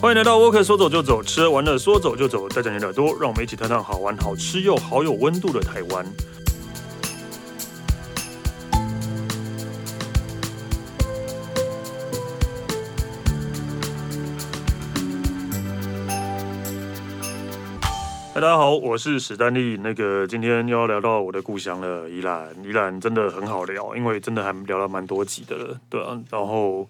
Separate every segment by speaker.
Speaker 1: 欢迎来到沃克，说走就走，吃玩乐说走就走，带着你的耳朵，让我们一起探探好玩、好吃又好有温度的台湾。嗨，哎大家好，我是史丹利。那个今天又要聊到我的故乡了，宜兰。宜兰真的很好聊，因为真的还聊了蛮多集的了，对啊。然后，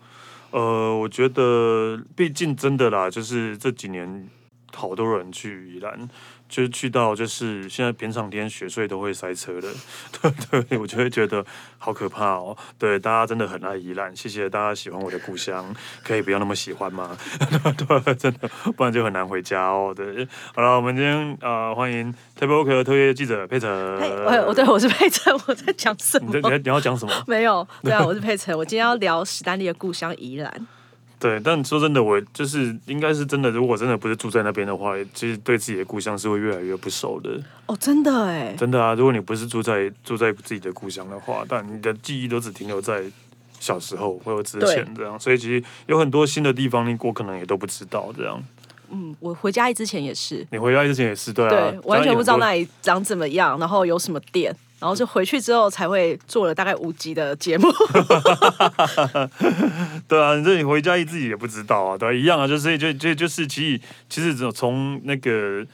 Speaker 1: 呃，我觉得毕竟真的啦，就是这几年好多人去宜兰，就是去到就是现在平常天雪隧都会塞车的， 对对，我就会觉得好可怕哦。对，大家真的很爱宜兰，谢谢大家喜欢我的故乡，可以不要那么喜欢吗？ 对，真的，不然就很难回家哦。对，好了，我们今天呃，欢迎 Table Walk 特约记者佩晨。
Speaker 2: 佩，我我对我是佩晨，我在讲什
Speaker 1: 你
Speaker 2: 么
Speaker 1: 在？你要你要讲什么？
Speaker 2: 没有，对 啊，我是佩晨。我今天要聊史丹利的故乡宜兰，
Speaker 1: 对，但说真的，我就是应该是真的，如果真的不是住在那边的话，其实对自己的故乡是会越来越不熟的。
Speaker 2: 哦，真的哎，
Speaker 1: 真的啊，如果你不是住在住在自己的故乡的话，但你的记忆都只停留在小时候或者之前这样，所以其实有很多新的地方，你我可能也都不知道这样。
Speaker 2: 嗯，我回家之前也是，
Speaker 1: 你回家之前也是对啊，
Speaker 2: 对，完全不知道那
Speaker 1: 里。
Speaker 2: 里长怎么样，然后有什么店，然后就回去之后才会做了大概五集的节目。
Speaker 1: 对啊，你这你回家自己也不知道啊，对啊，一样啊，就是就就就是其实其实只从那个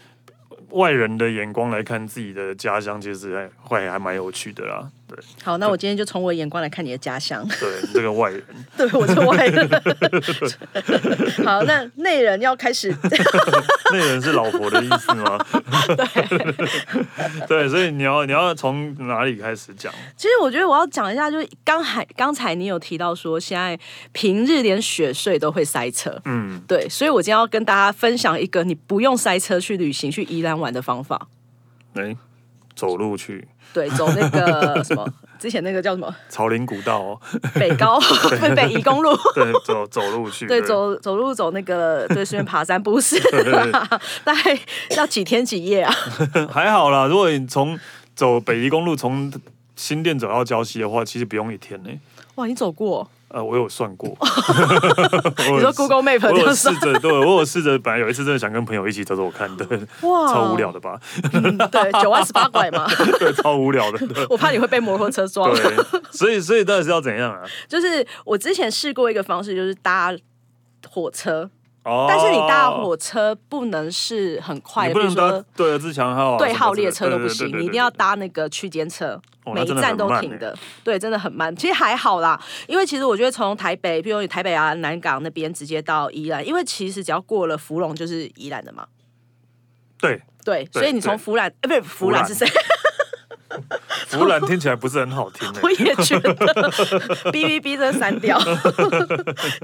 Speaker 1: 外人的眼光来看自己的家乡，其实还会还蛮有趣的啦。对
Speaker 2: 好，那我今天就从我的眼光来看你的家乡，
Speaker 1: 对，你这个外人，
Speaker 2: 对我是外人。 好，那内人要开始，
Speaker 1: 那人是老婆的意思吗？ 对所以你要你要从哪里开始讲？
Speaker 2: 其实我觉得我要讲一下，就是刚才刚才你有提到说，现在平日连雪隧都会塞车，
Speaker 1: 嗯，
Speaker 2: 对，所以我今天要跟大家分享一个你不用塞车去旅行、去宜兰玩的方法。
Speaker 1: 哎、走路去
Speaker 2: 对，走那 个什么，之前那个叫什么
Speaker 1: 朝林古道、哦，
Speaker 2: 北高北北宜公路。
Speaker 1: 对，走走路去，
Speaker 2: 对，走走路走那个，对，顺便爬山，不是
Speaker 1: 对对
Speaker 2: 啦，大概要几天几夜啊？
Speaker 1: 还好啦，如果你从走北宜公路从新店走到礁溪的话，其实不用一天呢、
Speaker 2: 哇，你走过？哦
Speaker 1: 呃，我有算过，
Speaker 2: 你
Speaker 1: 你
Speaker 2: 说 Google Map
Speaker 1: 我有
Speaker 2: 就
Speaker 1: 试
Speaker 2: 是
Speaker 1: 着，对我有试着，本来有一次真的想跟朋友一起走走看，对，
Speaker 2: 哇
Speaker 1: 超无聊的吧？
Speaker 2: 嗯对九万十八拐嘛？
Speaker 1: 对，超无聊的， 对，
Speaker 2: 我怕你会被摩 托车撞。
Speaker 1: 对，所以所以到底是要怎样啊？
Speaker 2: 就是我之前试过一个方式，就是搭火车，
Speaker 1: 哦，
Speaker 2: 但是你搭火车不能是很快
Speaker 1: 你
Speaker 2: 的，
Speaker 1: 不
Speaker 2: 比如
Speaker 1: 能搭
Speaker 2: 说
Speaker 1: 对自强号啊、
Speaker 2: 对
Speaker 1: 什么
Speaker 2: 号
Speaker 1: 之类
Speaker 2: 列车都不
Speaker 1: 对对
Speaker 2: 行
Speaker 1: 对，对
Speaker 2: 你一定
Speaker 1: 对
Speaker 2: 要
Speaker 1: 对
Speaker 2: 搭那个区间车
Speaker 1: 哦，那
Speaker 2: 每一
Speaker 1: 真的
Speaker 2: 站
Speaker 1: 很
Speaker 2: 都
Speaker 1: 慢
Speaker 2: 停
Speaker 1: 欸
Speaker 2: 的。对，真的很慢。其实还好啦，因为其实我觉得从台北，譬如你台北啊、南港那边直接到宜兰，因为其实只要过了芙蓉就是宜兰的嘛。
Speaker 1: 对
Speaker 2: 对，
Speaker 1: 对
Speaker 2: 所以你
Speaker 1: 对
Speaker 2: 从芙兰，呃，不是
Speaker 1: 芙
Speaker 2: 芙兰
Speaker 1: 兰
Speaker 2: 是谁？
Speaker 1: 弗兰听起来不是很好听欸 诶、
Speaker 2: 我也觉得，B B B 这删 掉，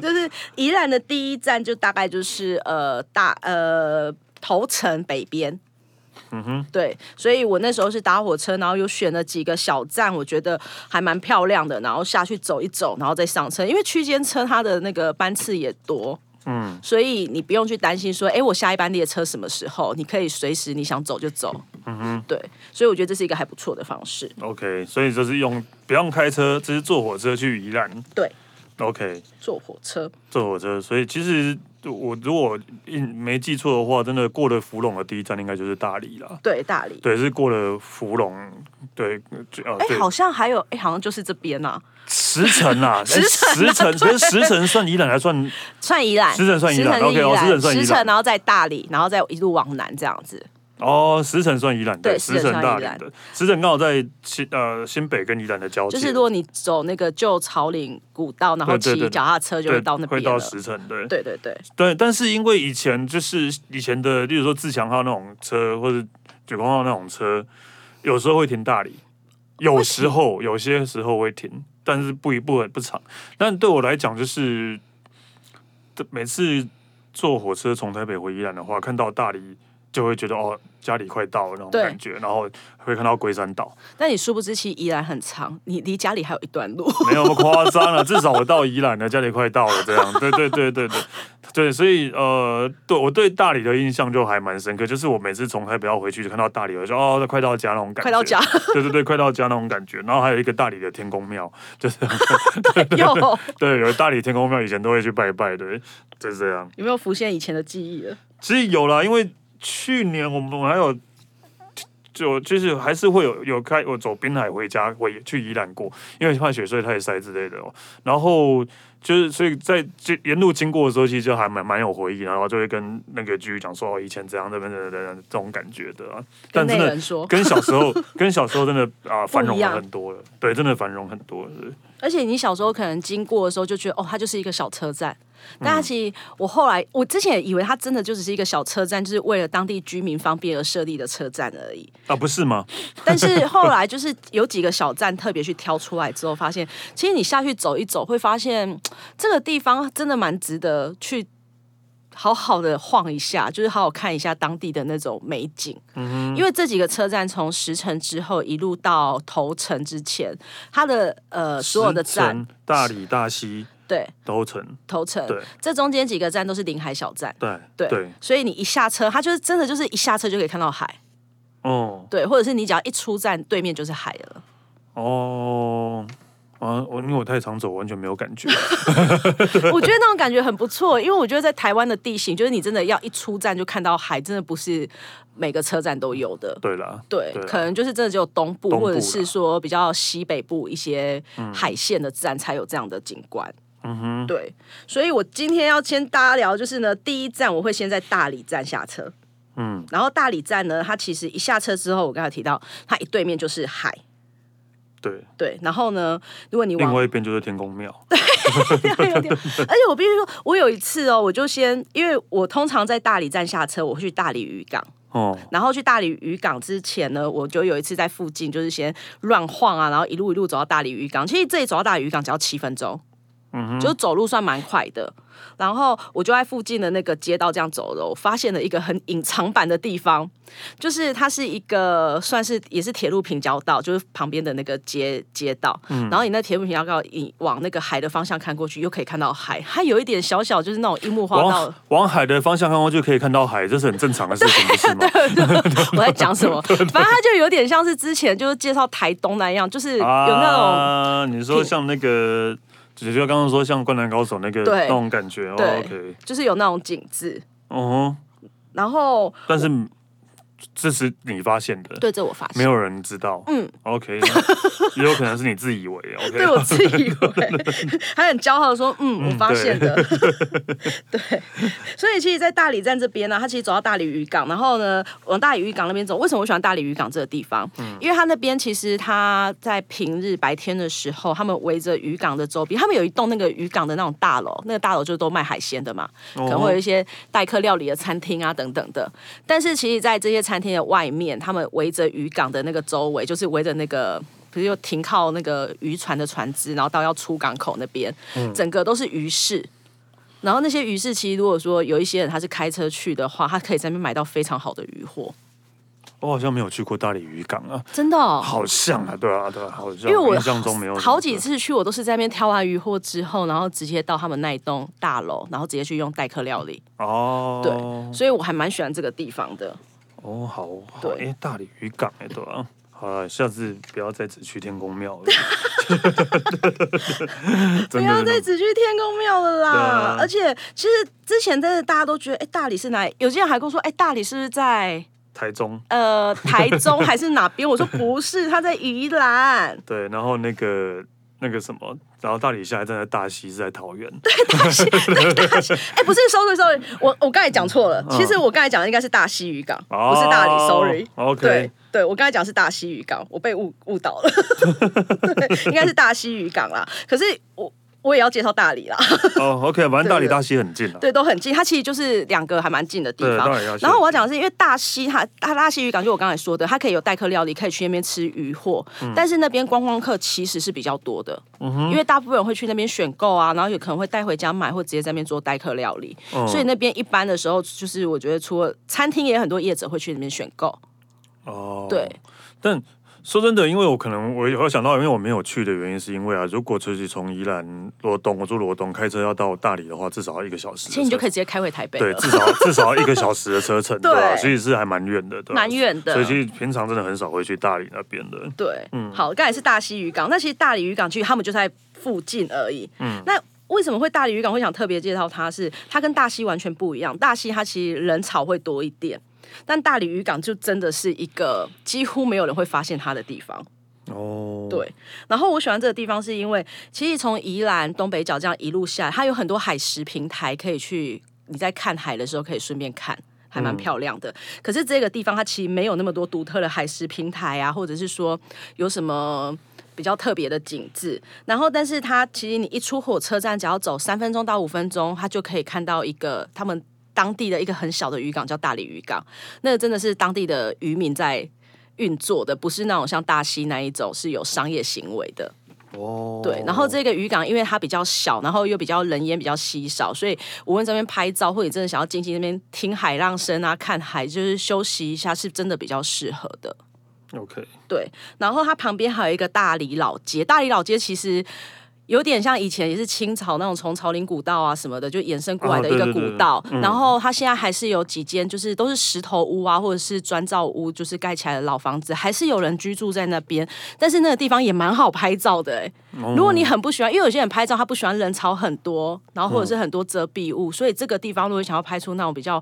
Speaker 2: 就是宜兰的第一站就大概就是呃大呃头城北边。嗯哼，对，所以我那时候是搭火车，然后有选了几个小站，我觉得还蛮漂亮的，然后下去走一走，然后再上车，因为区间车它的那个班次也多，嗯，所以你不用去担心说，哎，我下一班列车什么时候，你可以随时你想走就走，嗯哼，对，所以我觉得这是一个还不错的方式，
Speaker 1: OK，所以就是用不用开车，只是坐火车去宜兰。
Speaker 2: 对，
Speaker 1: OK，
Speaker 2: 坐火车。
Speaker 1: 坐火车，所以其实我如果印没记错的话，真的过了芙蓉的第一站应该就是大理啦。
Speaker 2: 对，大理。
Speaker 1: 对，是过了芙蓉，对，就啊，
Speaker 2: 哎、
Speaker 1: 对，
Speaker 2: 好 像还有，哎、好像就是这边啊，
Speaker 1: 石城啦，石
Speaker 2: 城啊
Speaker 1: 石 城，其实石城算宜兰还算
Speaker 2: 算宜兰，
Speaker 1: 石城算宜兰
Speaker 2: 石城是
Speaker 1: OK，哦石城算宜兰
Speaker 2: 石城然后在大理，然后再一路往南这样子。
Speaker 1: 哦，石城算宜兰
Speaker 2: 对
Speaker 1: 石
Speaker 2: 石
Speaker 1: 城大
Speaker 2: 城算
Speaker 1: 理
Speaker 2: 宜兰
Speaker 1: 的，石城刚好在新呃新北跟宜兰的交界，
Speaker 2: 就是如果你走那个旧草岭古道，然后
Speaker 1: 对对对
Speaker 2: 骑脚踏车就会
Speaker 1: 对
Speaker 2: 到那
Speaker 1: 会
Speaker 2: 边
Speaker 1: 到
Speaker 2: 了。
Speaker 1: 石城，对，
Speaker 2: 对对对，
Speaker 1: 对，但是因为以前就是以前的，例如说自强号那种车，或者九光号那种车，有时候会停大理，有时候有些时候会停，但是不一不不长。但对我来讲，就是这每次坐火车从台北回宜兰的话，看到大理就会觉得哦，家里快到了那种
Speaker 2: 对
Speaker 1: 感觉，然后会看到龟山岛，
Speaker 2: 但你殊不知，其实宜兰很长，你离家里还有一段 路。
Speaker 1: 没有那么夸张啊了，至少我到宜兰了，家里快到了，这样，对对对对对对，所以呃，对我对大理的印象就还蛮深刻，就是我每次从台北要回去，就看到大理，我就说哦，快到家那种感觉，
Speaker 2: 快到家，
Speaker 1: 对对对，快到家那种感觉，然后还有一个大理的天宫庙，就是
Speaker 2: 有
Speaker 1: 对，有大理天宫庙以前都会去拜拜，对，就是这样。
Speaker 2: 有没有浮现以前的记忆了？
Speaker 1: 其实有啦，因为去年我们还有就就是还是会有有开我走滨海回家，回去宜兰过，因为怕雪隧太塞之类的、哦。然后就是所以在这沿路经过的时候，其实就还蛮蛮有回忆，然后就会跟那个居讲说哦，以前怎样怎样怎样怎样这种感觉的、啊。但
Speaker 2: 跟
Speaker 1: 真
Speaker 2: 内
Speaker 1: 的
Speaker 2: 人说，
Speaker 1: 跟小时候跟小时候真的啊繁荣
Speaker 2: 不一
Speaker 1: 了
Speaker 2: 样
Speaker 1: 很多了，对，真的繁荣很多了。对
Speaker 2: 而且你小时候可能经过的时候就觉得，哦，它就是一个小车站。但它其实我后来我之前也以为它真的就只是一个小车站，就是为了当地居民方便而设立的车站而已。
Speaker 1: 啊，不是吗？
Speaker 2: 但是后来就是有几个小站特别去挑出来之后，发现其实你下去走一走，会发现嗯这个地方真的蛮值得去好好的晃一下，就是好好看一下当地的那种美景。因为这几个车站从石城之后一路到头城之前，它的呃所有的
Speaker 1: 石
Speaker 2: 站
Speaker 1: 城大理、大溪、
Speaker 2: 对
Speaker 1: 头城，
Speaker 2: 头城
Speaker 1: 对，
Speaker 2: 这中间几个站都是临海小站。
Speaker 1: 对
Speaker 2: 对，
Speaker 1: 对，
Speaker 2: 所以你一下车，它就是真的就是一下车就可以看到海，
Speaker 1: 哦。
Speaker 2: 对，或者是你只要一出站，对面就是海 了。
Speaker 1: 哦，啊，我因为我太常走，完全没有感觉。
Speaker 2: 我觉得那种感觉很不错，因为我觉得在台湾的地形，就是你真的要一出站就看到海，真的不是每个车站都有的。
Speaker 1: 对啦，
Speaker 2: 对，
Speaker 1: 对啊
Speaker 2: 可能就是真的只有东部
Speaker 1: 东部
Speaker 2: 或者是说比较西北部一些海线的站才有这样的景观。
Speaker 1: 嗯哼，
Speaker 2: 对，所以我今天要先大家聊，就是呢，第一站我会先在大理站下车，
Speaker 1: 嗯，
Speaker 2: 然后大理站呢，它其实一下车之后，我刚才提到，它一对面就是海。
Speaker 1: 对。
Speaker 2: 对，然后呢？如果你往
Speaker 1: 另外一边就是天宫庙，
Speaker 2: 有点，而且我必须说，我有一次哦，我就先，因为我通常在大理站下车，我会去大理渔港。
Speaker 1: 哦，
Speaker 2: 然后去大理渔港之前呢，我就有一次在附近，就是先乱晃啊，然后一路一路走到大理渔港。其实这里走到大理渔港只要七分钟，
Speaker 1: 嗯哼，
Speaker 2: 就走路算蛮快的。然后我就在附近的那个街道这样走的，我发现了一个很隐藏版的地方，就是它是一个算是也是铁路平交道，就是旁边的那个街街道。
Speaker 1: 嗯
Speaker 2: 然后你那铁路平交道，你往那个海的方向看过去，又可以看到海，它有一点小小就是那种樱木花道
Speaker 1: 往。往海的方向看过去可以看到海，这是很正常的事情，不 是吗？
Speaker 2: 我在讲什么？反正它就有点像是之前就是介绍台东那样，就是有那种、
Speaker 1: 啊，你说像那个，就就刚刚说像《灌篮高手》那个
Speaker 2: 对
Speaker 1: 那种感觉哦
Speaker 2: 对
Speaker 1: ，OK，
Speaker 2: 就是有那种景致。
Speaker 1: 哦
Speaker 2: 然后
Speaker 1: 哼，但是这是你发现的，
Speaker 2: 对这我发
Speaker 1: 没
Speaker 2: 现，
Speaker 1: 有人知道，
Speaker 2: 嗯
Speaker 1: ，OK，那也有可能是你自 以为，OK，
Speaker 2: 对我自以为，还很骄傲的说，嗯，我发现的。对，所以其实，在大理站这边呢，它其实走到大理渔港，然后呢，往大理渔港那边走。为什么我喜欢大理渔港这个地方？因为它那边其实它在平日白天的时候，他们围着渔港的周边，他们有一栋那个渔港的那种大楼，那个大楼就都卖海鲜的嘛。
Speaker 1: 哦
Speaker 2: 可能会有一些待客料理的餐厅啊等等的。但是其实，在这些餐厅的外面，他们围着渔港的那个周围，就是围着那个。不是有停靠那个渔船的船只，然后到要出港口那边，整个都是鱼市。然后那些鱼市，其实如果说有一些人他是开车去的话，他可以在那边买到非常好的鱼货，
Speaker 1: 我好像没有去过大理渔港啊，
Speaker 2: 真的、哦。
Speaker 1: 好像啊，对啊，对啊，好像。
Speaker 2: 因为我
Speaker 1: 印象中没有
Speaker 2: 好几次去，我都是在那边挑完鱼货之后，然后直接到他们那一栋大楼，然后直接去用待客料理。
Speaker 1: 哦，
Speaker 2: 对，所以我还蛮喜欢这个地方的。
Speaker 1: 哦，好，好，
Speaker 2: 对
Speaker 1: 哎，大理渔港，哎，对啊，好了，下次不要再只去天宫 庙了，
Speaker 2: 不
Speaker 1: 真
Speaker 2: 要
Speaker 1: 的，真
Speaker 2: 再
Speaker 1: 的
Speaker 2: 只去天宫庙了啦！
Speaker 1: 对啊
Speaker 2: 而且其实之前真的大家都觉得，哎、大理是哪里？有些人还跟我说，哎、大理是不是在
Speaker 1: 台中，
Speaker 2: 呃台中还是哪边？我说不是，它在宜兰。
Speaker 1: 对，然后那个那个什么，然后大理下一站在大溪，是在桃 园，
Speaker 2: 哎、不是，sorry sorry，我我刚才讲错了。其实我刚才讲的应该是大溪渔港，
Speaker 1: 嗯哦
Speaker 2: 不是大理，sorry。
Speaker 1: OK
Speaker 2: 对对，我刚才讲是大 溪渔港，我被误误导了。对，应该是大溪渔港啦。可是我我也要介绍大理啦，
Speaker 1: 哦，OK，反正大理大溪很近啊。
Speaker 2: 对，都很近，它其实就是两个还蛮近的地
Speaker 1: 对，
Speaker 2: 方
Speaker 1: 当。然要去。
Speaker 2: 然后我要讲的是，因为大溪它它大溪渔港，就我刚才说的，它可以有代客料理，可以去那边吃鱼货。
Speaker 1: 嗯
Speaker 2: 但是那边观光客其实是比较多的，因为大部分人会去那边选购啊，然后有可能会带回家买，或直接在那边做代客料理。
Speaker 1: 嗯
Speaker 2: 所以那边一般的时候，就是我觉得除了餐厅，也很多业者会去那边选购。
Speaker 1: 哦，
Speaker 2: 对，
Speaker 1: 但说真的，因为我可能我有想到，因为我没有去的原因，是因为啊，如果其实从宜兰罗东，我住罗东，开车要到大理的话，至少要一个小时的车。
Speaker 2: 其实你就可以直接开回台北
Speaker 1: 对，
Speaker 2: 了，
Speaker 1: 至 少至少要一个小时的车程，对吧、
Speaker 2: 对
Speaker 1: 所以是还蛮远的，对吧、
Speaker 2: 蛮远的
Speaker 1: 所以。其实平常真的很少会去大理那边的。
Speaker 2: 对，好，刚才是大溪渔港，那其实大理渔港区他们就在附近而已。嗯，那为什么会大理渔港会想特别介绍它是？它跟大溪完全不一样，大溪它其实人潮会多一点。但大理渔港就真的是一个几乎没有人会发现它的地方，
Speaker 1: 哦，
Speaker 2: 对。然后我喜欢这个地方是因为，其实从宜兰东北角这样一路下来，它有很多海蚀平台可以去，你在看海的时候可以顺便看。还蛮漂亮的，可是这个地方它其实没有那么多独特的海蚀平台啊，或者是说有什么比较特别的景致。然后，但是它其实你一出火车站，只要走三分钟到五分钟，它就可以看到一个他们当地的一个很小的渔港，叫大理渔港。那个真的是当地的渔民在运作的，不是那种像大溪那一种是有商业行为的。
Speaker 1: 哦，
Speaker 2: 对，然后这个渔港因为它比较小，然后又比较人烟比较稀少，所以无论这边拍照，或者你真的想要静静那边听海浪声啊、看海，就是休息一下，是真的比较适合的。
Speaker 1: OK，
Speaker 2: 对，然后它旁边还有一个大理老街，大理老街其实。有点像以前也是清朝那种从朝林古道啊什么的就衍生过来的一
Speaker 1: 啊
Speaker 2: 个
Speaker 1: 对对
Speaker 2: 古
Speaker 1: 对
Speaker 2: 道，然后它现在还是有几间就是都是石头屋啊或者是砖造屋，就是盖起来的老房子，还是有人居住在那边。但是那个地方也蛮好拍照的、欸，
Speaker 1: 哦
Speaker 2: 如果你很不喜欢，因为有些人拍照他不喜欢人潮很多，然后或
Speaker 1: 嗯
Speaker 2: 者是很多遮蔽物，所以这个地方如果想要拍出那种比较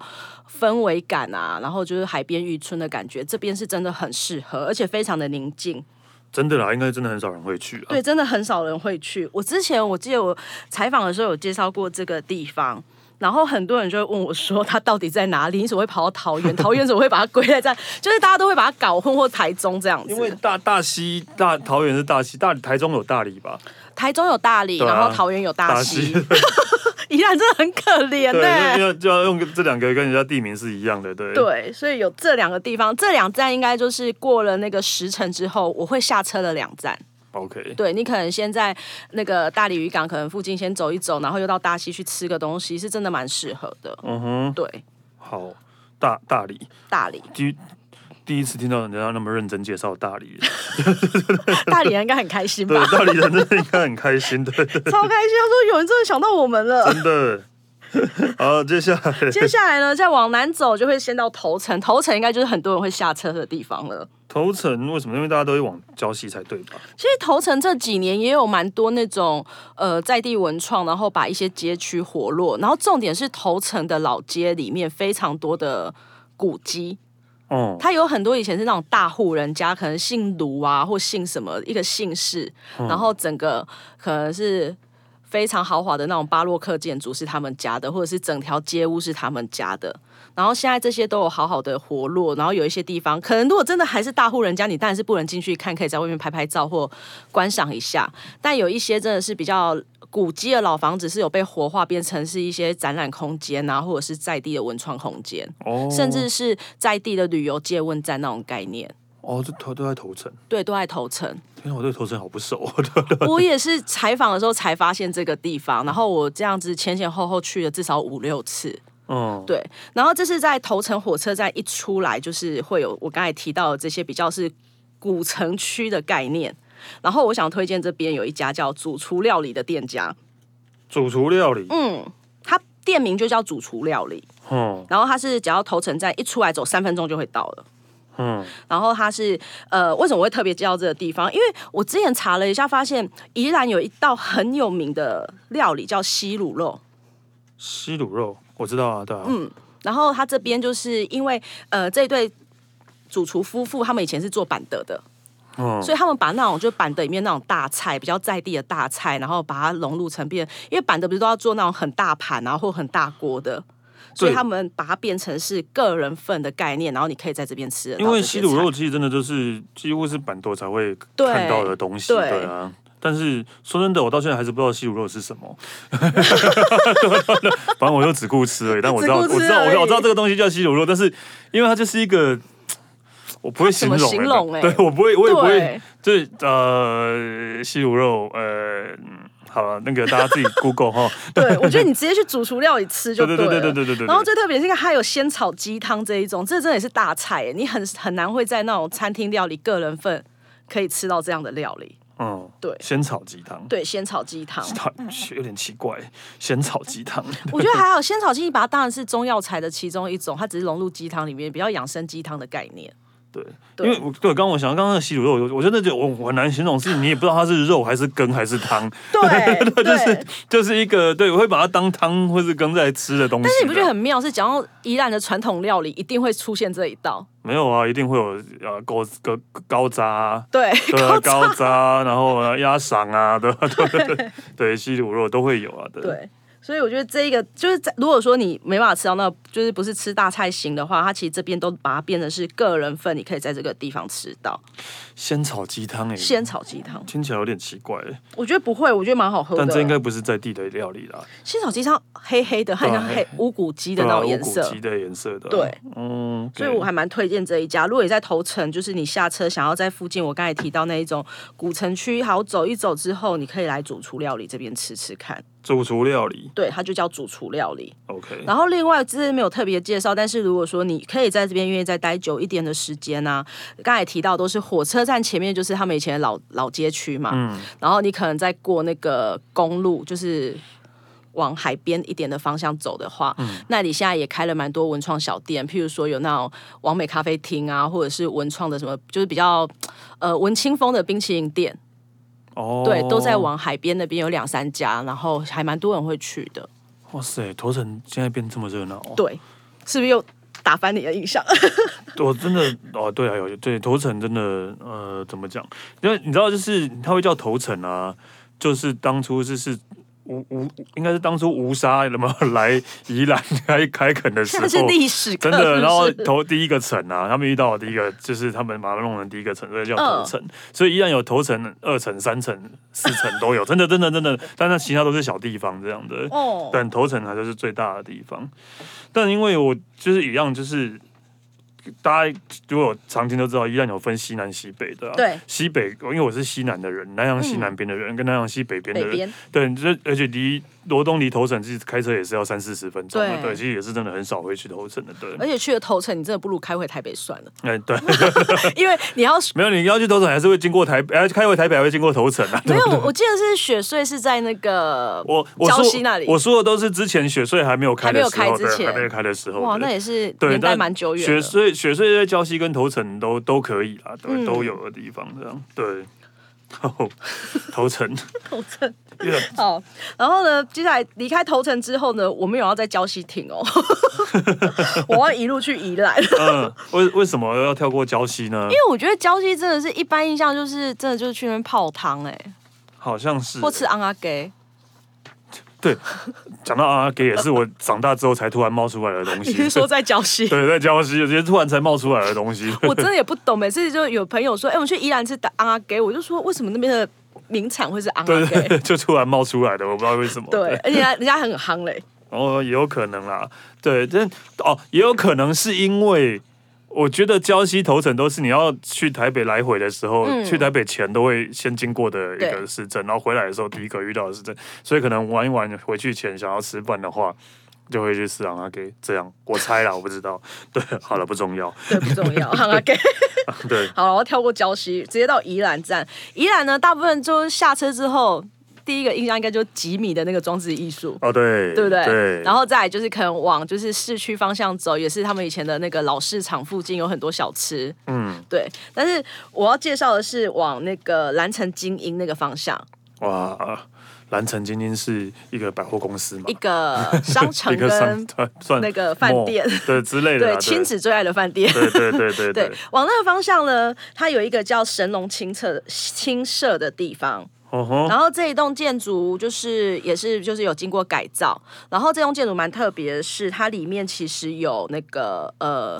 Speaker 2: 氛围感啊，然后就是海边渔村的感觉，这边是真的很适合，而且非常的宁静。
Speaker 1: 真的啦，应该真的很少人会去啊。
Speaker 2: 对，真的很少人会去。我之前我记得我采访的时候有介绍过这个地方。然后很多人就会问我说：“它到底在哪里？你怎么会跑到桃园？桃园怎么会把它归类在？就是大家都会把它搞混或台中这样子。
Speaker 1: 因为大大溪大桃园是大溪，大台中有大理吧？
Speaker 2: 台中有大理，
Speaker 1: 对啊
Speaker 2: 然后桃园有大
Speaker 1: 西
Speaker 2: 溪， 宜兰真的很可怜呢、
Speaker 1: 对，就要就要用这两个跟人家地名是一样的，对。
Speaker 2: 对，所以有这两个地方，这两站应该就是过了那个时辰之后，我会下车的两站。
Speaker 1: OK，
Speaker 2: 对你可能先在那个大理渔港，可能附近先走一走，然后又到大溪去吃个东西，是真的蛮适合的。
Speaker 1: 嗯哼，
Speaker 2: 对，
Speaker 1: 好，大大理
Speaker 2: 大理，
Speaker 1: 第一第一次听到人家那么认真介绍大理人，
Speaker 2: 大理人应该很开心
Speaker 1: 对
Speaker 2: 吧？，
Speaker 1: 大理人真的应该很开心的，对
Speaker 2: 超开心，他说有人真的想到我们了。
Speaker 1: 真的。好，接下来
Speaker 2: 接下来呢，再往南走就会先到头城，头城应该就是很多人会下车的地方了。
Speaker 1: 头城为什么？因为大家都会往礁溪才对吧？
Speaker 2: 其实头城这几年也有蛮多那种呃在地文创，然后把一些街区活络，然后重点是头城的老街里面非常多的古迹，
Speaker 1: 哦，
Speaker 2: 它有很多以前是那种大户人家，可能姓卢啊或姓什么一个姓氏，然后整个可能是。非常豪华的那种巴洛克建筑是他们家的，或者是整条街屋是他们家的。然后现在这些都有好好的活络，然后有一些地方，可能如果真的还是大户人家，你当然是不能进去看，可以在外面拍拍照或观赏一下。但有一些真的是比较古迹的老房子，是有被活化，变成是一些展览空间啊，或者是在地的文创空间，
Speaker 1: 哦，
Speaker 2: 甚至是在地的旅游借问站那种概念。
Speaker 1: 哦，这头都在头城。
Speaker 2: 对，都在头城。
Speaker 1: 天啊，我对头城好不熟。 对
Speaker 2: 我也是采访的时候才发现这个地方，然后我这样子前前后后去了至少五六次。
Speaker 1: 嗯，
Speaker 2: 对，然后这是在头城火车站一出来，就是会有我刚才提到的这些比较是古城区的概念。然后我想推荐这边有一家叫主厨料理的店家，
Speaker 1: 主厨料理。
Speaker 2: 嗯，它店名就叫主厨料理。
Speaker 1: 嗯
Speaker 2: 然后它是只要头城站一出来走三分钟就会到了。
Speaker 1: 嗯，
Speaker 2: 然后它是呃，为什么我会特别介绍这个地方？因为我之前查了一下，发现宜兰有一道很有名的料理叫西卤肉。
Speaker 1: 西卤肉我知道啊，对啊。嗯
Speaker 2: 然后他这边就是因为呃，这对主厨夫妇他们以前是做板德的，
Speaker 1: 嗯
Speaker 2: 所以他们把那种就板德里面那种大菜比较在地的大菜，然后把它融入成变，因为板德不是都要做那种很大盘啊或很大锅的。所以
Speaker 1: 对
Speaker 2: 他们把它变成是个人份的概念，然后你可以在这边吃得到
Speaker 1: 因为
Speaker 2: 这些
Speaker 1: 西卤
Speaker 2: 菜
Speaker 1: 肉其实真的就是几乎是板多才会
Speaker 2: 对
Speaker 1: 看到的东西，
Speaker 2: 对
Speaker 1: 啊，但是说真的，我到现在还是不知道西乳肉是什么。 反正我就只顾吃而已，但我知道，我
Speaker 2: 只顾吃
Speaker 1: 知道，我
Speaker 2: 而
Speaker 1: 知
Speaker 2: 已
Speaker 1: 道我知道这个东西叫西乳肉，但是因为它就是一个，我不会形容、
Speaker 2: 它怎么形容欸
Speaker 1: 对我不会，我也不会
Speaker 2: 对，
Speaker 1: 就是呃，西乳肉，呃，嗯好了，那个大家自己 Google 哈。
Speaker 2: 对，我觉得你直接去主厨料理吃就
Speaker 1: 对
Speaker 2: 了。
Speaker 1: 对对对对对对
Speaker 2: 然后最特别是，它有鲜炒鸡汤这一种，这真的也是大菜耶，你很很难会在那种餐厅料理个人份可以吃到这样的料理。
Speaker 1: 嗯，
Speaker 2: 对
Speaker 1: 先炒鸡汤，
Speaker 2: 对，鲜炒鸡汤，
Speaker 1: 它 有点奇怪，先炒鸡汤。
Speaker 2: 我觉得还好。鲜炒鸡把它当然是中药材的其中一种，它只是融入鸡汤里面，比较养生鸡汤的概念。
Speaker 1: 对，因
Speaker 2: 对
Speaker 1: 为我对刚刚我想到刚刚那个西卤肉，我我真的觉得我我很难形容，是你也不知道它是肉还是羹还是汤，
Speaker 2: 对 对，
Speaker 1: 就是就是一个对，我会把它当汤或是羹在吃的东西。
Speaker 2: 但是你不觉得很妙？是讲到宜兰的传统料理，一定会出现这一道。
Speaker 1: 没有啊？一定会有呃高高高渣啊，
Speaker 2: 对，
Speaker 1: 对啊，
Speaker 2: 高
Speaker 1: 高渣，然后呃鸭嗓啊，对吧？对对 对对，西卤肉都会有啊，对。
Speaker 2: 对，所以我觉得这一个就是在如果说你没办法吃到那，就是不是吃大菜型的话，它其实这边都把它变成是个人份，你可以在这个地方吃到
Speaker 1: 先炒鸡汤哎，
Speaker 2: 鲜炒鸡汤。
Speaker 1: 听起来有点奇怪欸，
Speaker 2: 我觉得不会，我觉得蛮好喝的。
Speaker 1: 但这应该不是在地的料理啦，
Speaker 2: 鲜炒鸡汤黑黑的，很像
Speaker 1: 对啊
Speaker 2: 黑乌骨鸡的
Speaker 1: 对
Speaker 2: 那
Speaker 1: 啊，
Speaker 2: 种
Speaker 1: 无
Speaker 2: 颜
Speaker 1: 骨
Speaker 2: 色。
Speaker 1: 鸡的颜色的啊，
Speaker 2: 对
Speaker 1: 嗯，
Speaker 2: 所以我还蛮推荐这一家。如果你在头城，就是你下车想要在附近，我刚才提到那一种古城区，好走一走之后，你可以来主厨料理这边吃吃看。
Speaker 1: 主厨料理
Speaker 2: 对，它就叫主厨料理。
Speaker 1: ，OK，
Speaker 2: 然后另外这是没有特别介绍，但是如果说你可以在这边愿意再待久一点的时间呢、刚才也提到都是火车站前面就是他们以前的老老街区嘛，然后你可能再过那个公路，就是。往海边一点的方向走的话，那你现在也开了蛮多文创小店，譬如说有那种完美咖啡厅啊，或者是文创的什么，就是比较呃文青风的冰淇淋店，
Speaker 1: 哦，
Speaker 2: 对，都在往海边那边有两三家，然后还蛮多人会去的。
Speaker 1: 哇塞，头城现在变这么热闹、哦，
Speaker 2: 对，是不是又打翻你的印象？
Speaker 1: 我真的哦，对啊，有对头城真的呃，怎么讲？因为你知道，就是它会叫头城啊，就是当初就是吴吴，应该是当初吴沙什么来宜兰开开垦的时候
Speaker 2: 这。 是历史课
Speaker 1: 真的，然后
Speaker 2: 是不是
Speaker 1: 头第一个城啊，他们遇到的第一个就是他们把它弄成第一个城，所以叫头
Speaker 2: 嗯
Speaker 1: 城。所以依然有头城、二城、三城、四城都有，真的，真的，真的。但那其他都是小地方这样的。
Speaker 2: 哦，
Speaker 1: 但头城它就是最大的地方。但因为我就是一样，就是大家如果常听都知道，依然有分西南西北的、啊。
Speaker 2: 对，
Speaker 1: 西北，因为我是西南的人，南洋西南边的人、跟南洋西北边的
Speaker 2: 北
Speaker 1: 人，
Speaker 2: 边
Speaker 1: 对，这而且离罗东离头城其实开车也是要三四十分钟的，
Speaker 2: 对哎
Speaker 1: 对，其实也是真的很少会去头城的，对，
Speaker 2: 而且去了头城，你真的不如开回台北算了，
Speaker 1: 哎、对，
Speaker 2: 因为你要
Speaker 1: 没有你要去头城还是会经过台北，哎、开回台北还会经过头城啊，
Speaker 2: 没有，我我记得是雪穗是在那个
Speaker 1: 我我
Speaker 2: 礁
Speaker 1: 说
Speaker 2: 溪那里，
Speaker 1: 我说的都是之前雪穗还没有开
Speaker 2: 还没
Speaker 1: 的
Speaker 2: 有
Speaker 1: 时候，
Speaker 2: 开之
Speaker 1: 对，还
Speaker 2: 前
Speaker 1: 没有开的时候，
Speaker 2: 哇，
Speaker 1: 对
Speaker 2: 那也是
Speaker 1: 对，
Speaker 2: 年代
Speaker 1: 但
Speaker 2: 蛮久远
Speaker 1: 雪
Speaker 2: 的。
Speaker 1: 穗雪穗在礁溪跟头城都都可以啦，
Speaker 2: 嗯
Speaker 1: 对，都有的地方这样。对， 哦，头城，
Speaker 2: 头 城
Speaker 1: 因为
Speaker 2: 好，然后呢，接下来离开头城之后呢，我们有要在礁溪停 哦，我要一路去宜兰。
Speaker 1: 嗯，为为什么要跳过礁溪呢？
Speaker 2: 因为我觉得礁溪真的是一般印象就是真的就是去那边泡汤哎、
Speaker 1: 好像是
Speaker 2: 或吃昂阿给，
Speaker 1: 对，讲到阿给也是我长大之后才突然冒出来的东
Speaker 2: 你
Speaker 1: 西。
Speaker 2: 是说在礁 溪？
Speaker 1: 对，在礁溪，有些突然才冒出来的东西。
Speaker 2: 我真的也不懂，每次就有朋友说，哎、我们去宜兰吃打昂阿给，我就说为什么那边的名产会是昂
Speaker 1: 对
Speaker 2: 阿
Speaker 1: 对
Speaker 2: 给？
Speaker 1: 对，就突然冒出来的，我不知道为什么。
Speaker 2: 对，而且人家很夯嘞，
Speaker 1: 哦，也有可能啦，对，但哦，也有可能是因为我觉得礁溪头城都是你要去台北来回的时候，
Speaker 2: 嗯
Speaker 1: 去台北前都会先经过的一个
Speaker 2: 对
Speaker 1: 市镇，然后回来的时候第一个遇到的市镇，所以可能玩一玩回去前想要吃饭的话。就会去吃昂阿给这样，我猜啦，我不知道。对，好了，不重要。
Speaker 2: 对，不重要， 昂阿给。
Speaker 1: 对，
Speaker 2: 好，我要跳过礁溪，直接到宜兰站。宜兰呢，大部分就是下车之后，第一个印象应该就是吉米的那个装置艺术。
Speaker 1: 哦对，
Speaker 2: 对不对？
Speaker 1: 对，
Speaker 2: 然后再来就是可能往就是市区方向走，也是他们以前的那个老市场附近有很多小吃，
Speaker 1: 嗯，
Speaker 2: 对。但是我要介绍的是往那个蓝城精英那个方向，
Speaker 1: 哇，蓝城今天是一个百货公司嘛，
Speaker 2: 一个商 场
Speaker 1: 一个算
Speaker 2: 跟
Speaker 1: 算
Speaker 2: 那个饭
Speaker 1: mall，
Speaker 2: 店
Speaker 1: 对之类的啦，
Speaker 2: 对亲子最爱的饭店。
Speaker 1: 对对对对
Speaker 2: 对
Speaker 1: 对，，
Speaker 2: 往那个方向呢，它有一个叫神龙清澈清舍的地方，
Speaker 1: 哦吼，
Speaker 2: 然后这一栋建筑就是也是就是有经过改造，然后这栋建筑蛮特别的是，它里面其实有那个呃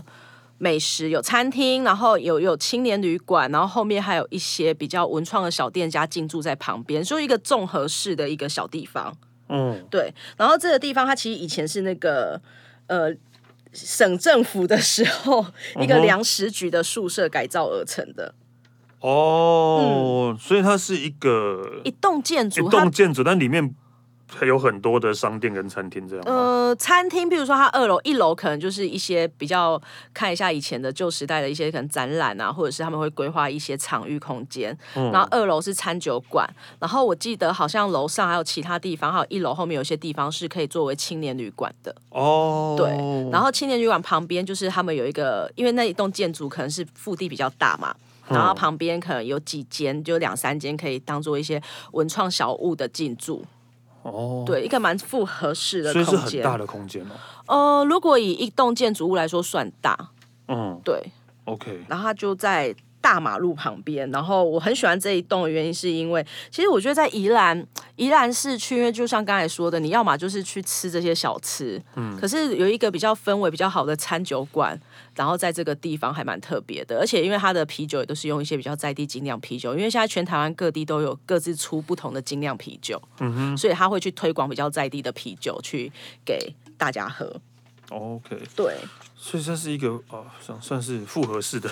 Speaker 2: 美食，有餐厅，然后有有青年旅馆，然后后面还有一些比较文创的小店家进驻在旁边，就一个综合式的一个小地方。
Speaker 1: 嗯，
Speaker 2: 对，然后这个地方它其实以前是那个呃省政府的时候一
Speaker 1: 嗯
Speaker 2: 个
Speaker 1: 哼
Speaker 2: 粮食局的宿舍改造而成的
Speaker 1: 哦，所以它是一个
Speaker 2: 嗯一栋建
Speaker 1: 一
Speaker 2: 筑，它
Speaker 1: 栋建筑，但里面有很多的商店跟餐厅这样吗。
Speaker 2: 呃，餐厅，比如说它二楼、一楼可能就是一些比较看一下以前的旧时代的一些可能展览啊，或者是他们会规划一些场域空间。
Speaker 1: 嗯
Speaker 2: 然后二楼是餐酒馆，然后我记得好像楼上还有其他地方，还有一楼后面有一些地方是可以作为青年旅馆的。
Speaker 1: 哦，
Speaker 2: 对，然后青年旅馆旁边就是他们有一个，因为那一栋建筑可能是腹地比较大嘛。
Speaker 1: 嗯
Speaker 2: 然后旁边可能有几间，就两三间可以当做一些文创小物的进驻，
Speaker 1: 哦，
Speaker 2: 对，一个蛮复合式的
Speaker 1: 所以
Speaker 2: 空
Speaker 1: 是
Speaker 2: 间。
Speaker 1: 很大的空间哦。
Speaker 2: 呃，如果以一栋建筑物来说算大，
Speaker 1: 嗯
Speaker 2: 对，
Speaker 1: ，OK，
Speaker 2: 然后它就在大马路旁边。然后我很喜欢这一栋的原因是因为，其实我觉得在宜兰，宜兰市区，因为就像刚才说的，你要么就是去吃这些小吃，嗯，可是有一个比较氛围比较好的餐酒馆，然后在这个地方还蛮特别的，而且因为它的啤酒也都是用一些比较在地精酿啤酒，因为现在全台湾各地都有各自出不同的精酿啤酒，嗯哼，所以他会去推广比较在地的啤酒去给大家喝，
Speaker 1: OK，
Speaker 2: 对。
Speaker 1: 所以这是一个啊，算算是复合式的，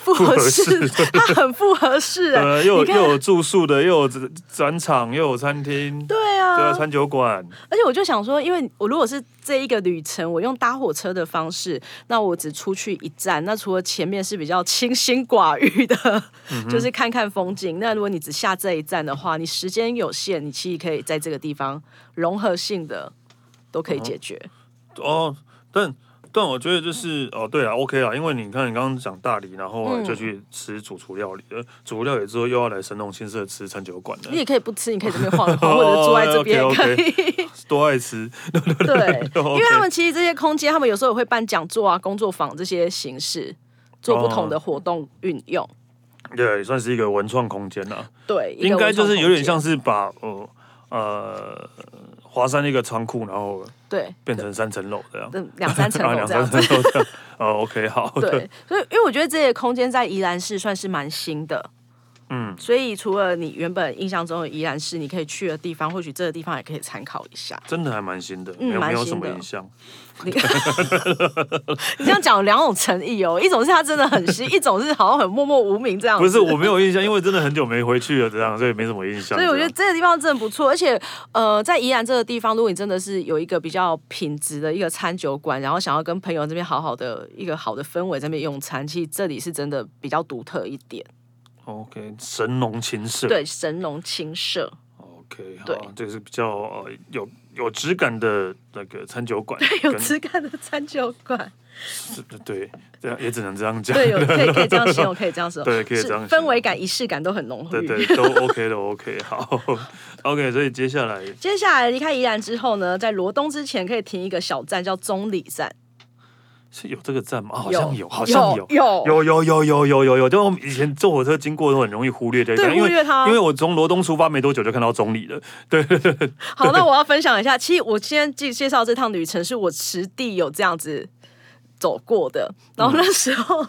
Speaker 2: 复合式， 它很复合式哎、
Speaker 1: 呃，又有
Speaker 2: 你看
Speaker 1: 又有住宿的，又有展展场，又有餐厅，对
Speaker 2: 对
Speaker 1: 啊，
Speaker 2: 啊，
Speaker 1: 餐酒馆，
Speaker 2: 而且我就想说，因为我如果是这一个旅程，我用搭火车的方式，那我只出去一站，那除了前面是比较清心寡欲的，
Speaker 1: 嗯
Speaker 2: 就是看看风景。那如果你只下这一站的话，你时间有限，你其实可以在这个地方融合性的都可以解决。
Speaker 1: 哦，但但我觉得就是哦，对啊 o k 啊，因为你看你刚刚讲大理，然后
Speaker 2: 嗯
Speaker 1: 就去吃主厨料理，呃主厨料理之后又要来神农亲社吃餐酒馆了
Speaker 2: 你，也可以不吃，你可以这边 晃一晃，或者坐在这边
Speaker 1: 哦
Speaker 2: 也可以。
Speaker 1: 多爱吃，
Speaker 2: 对，因
Speaker 1: OK
Speaker 2: 为他们其实这些空间，他们有时候也会办讲座啊、工作坊这些形式，做不同
Speaker 1: 哦
Speaker 2: 的活动运用。
Speaker 1: 对，也算是一个文创空间啊，
Speaker 2: 对，一个
Speaker 1: 应该就是有点像
Speaker 2: 文
Speaker 1: 是把呃呃华山一个仓库，然后
Speaker 2: 创空间
Speaker 1: 变成三层楼这样。
Speaker 2: 对嗯两三 层
Speaker 1: 啊，
Speaker 2: 楼
Speaker 1: 两
Speaker 2: 这
Speaker 1: 三
Speaker 2: 样
Speaker 1: 层
Speaker 2: 子。
Speaker 1: 楼这样，哦，OK，好，
Speaker 2: 对，所以因为我觉得这些空间在宜兰市算是蛮新的。
Speaker 1: 嗯，
Speaker 2: 所以除了你原本印象中的宜兰市，你可以去的地方，或许这个地方也可以参考一下。
Speaker 1: 真的还蛮新的，
Speaker 2: 嗯
Speaker 1: 没有没
Speaker 2: 蛮
Speaker 1: 有什
Speaker 2: 新
Speaker 1: 么
Speaker 2: 的
Speaker 1: 影响。
Speaker 2: 你 你这样讲有两种诚意哦，一种是它真的很新，一种是好像很默默无名这样子。
Speaker 1: 不是我没有印象，因为真的很久没回去了，这样所以没什么印象。
Speaker 2: 所以我觉
Speaker 1: 这样
Speaker 2: 得这个地方真的不错，而且呃，在宜兰这个地方，如果你真的是有一个比较品质的一个餐酒馆，然后想要跟朋友这边好好的一个好的氛围在那边用餐，其实这里是真的比较独特一点。
Speaker 1: 哦 OK 神农琴社，
Speaker 2: 对，神农 青社，
Speaker 1: ，OK
Speaker 2: 对
Speaker 1: 好，这个是比较呃有有质感的那个餐酒馆，
Speaker 2: 有
Speaker 1: 跟
Speaker 2: 质感的餐酒馆，
Speaker 1: 对，这样也只能这样讲，
Speaker 2: 对，有可以可以这样形容，可以这样形容，
Speaker 1: 对可以
Speaker 2: 是
Speaker 1: 这样形容
Speaker 2: 氛围感、仪式感都很浓
Speaker 1: 对
Speaker 2: 郁。
Speaker 1: 对都 OK 的 OK 好 OK，所以接下来
Speaker 2: 接下来离开宜兰之后呢，在罗东之前可以停一个小站叫中里站，
Speaker 1: 是有这个站吗？啊好像有，好像
Speaker 2: 有
Speaker 1: 有。有
Speaker 2: 有
Speaker 1: 有有有有有有，但我们以前坐火车经过都很容易忽略这一
Speaker 2: 对
Speaker 1: 段，因
Speaker 2: 忽
Speaker 1: 为
Speaker 2: 略它
Speaker 1: 因为我从罗东出发没多久就看到中里了，
Speaker 2: 好，那我要分享一下，其实我今天介介绍这趟旅程是我实地有这样子走过的，然
Speaker 1: 嗯
Speaker 2: 后那时候、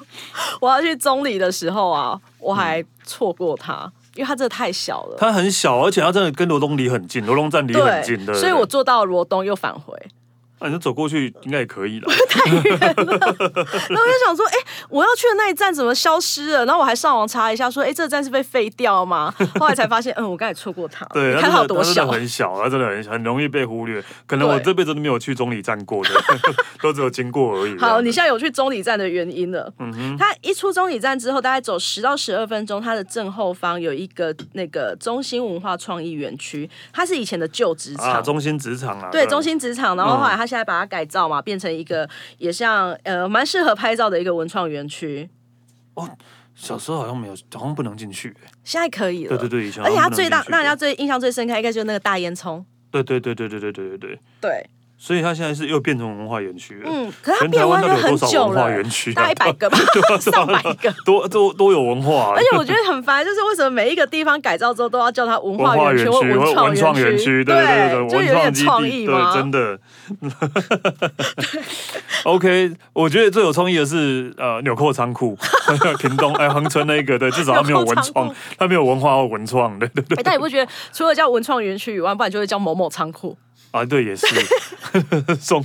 Speaker 2: 我要去中里的时候啊，我还错过它，因为它真的太小了。
Speaker 1: 嗯它很小，而且它真的跟罗东离很近，罗东站离很近的，
Speaker 2: 所以我坐到罗东又返回，
Speaker 1: 啊，你就走过去应该也可以了。
Speaker 2: 然后我就想说，哎、我要去的那一站怎么消失了？然后我还上网查一下，说，哎、这个站是被废掉吗？后来才发现，嗯，我刚才错过它，
Speaker 1: 对，
Speaker 2: 你
Speaker 1: 它
Speaker 2: 看
Speaker 1: 真
Speaker 2: 它有
Speaker 1: 的
Speaker 2: 多
Speaker 1: 它真
Speaker 2: 小啊
Speaker 1: 的，很小，它真的很很容易被忽略。可能我
Speaker 2: 对
Speaker 1: 这辈子都没有去中里站过的， 都只有经过而已。啊这样
Speaker 2: 好，
Speaker 1: 子
Speaker 2: 你现在有去中里站的原因了。嗯哼，他一出中里站之后，大概走十到十二分钟，它的正后方有一个那个中心文化创意园区，它是以前的旧职场。
Speaker 1: 啊，中心职场啊，
Speaker 2: 对中心职场，然后后来他现在把它改造嘛，变成一个也像呃蛮适合拍照的一个文创园区，
Speaker 1: 小时候好像没有，好像不能进去。
Speaker 2: 现在可以了。
Speaker 1: 对对对，以前
Speaker 2: 而且
Speaker 1: 好像
Speaker 2: 它
Speaker 1: 不能
Speaker 2: 最大
Speaker 1: 进去
Speaker 2: 让人家最印象最深刻，应该就是那个大烟囱。
Speaker 1: 对对对对对对对对对。
Speaker 2: 对，
Speaker 1: 所以它现在是又变成文化园区了。
Speaker 2: 嗯，可是它
Speaker 1: 全台
Speaker 2: 变
Speaker 1: 湾
Speaker 2: 弯
Speaker 1: 到底
Speaker 2: 就
Speaker 1: 有多
Speaker 2: 很
Speaker 1: 少
Speaker 2: 久
Speaker 1: 文化
Speaker 2: 了
Speaker 1: 园，区、啊？
Speaker 2: 大概一 百个吧， 上百个。
Speaker 1: 多多多有文化、啊
Speaker 2: 而。且我觉得很烦，就是为什么每一个地方改造之后都要叫它文
Speaker 1: 文化
Speaker 2: 园
Speaker 1: 园
Speaker 2: 或
Speaker 1: 区、文
Speaker 2: 创
Speaker 1: 创园区，对对
Speaker 2: 就
Speaker 1: 文
Speaker 2: 有
Speaker 1: 创
Speaker 2: 点
Speaker 1: 基
Speaker 2: 创
Speaker 1: 地，
Speaker 2: 意
Speaker 1: 对，
Speaker 2: 嘛。
Speaker 1: 真的。OK，我觉得最有创意的是呃纽扣仓库， 屏东哎恒春那个，对，至少它没有
Speaker 2: 纽扣
Speaker 1: 文
Speaker 2: 仓库
Speaker 1: 创，它没有文化或文创，对对对
Speaker 2: 哎，但你不觉得除了叫文创园区以外，不然就会叫某某 仓库，
Speaker 1: 啊，对也是，松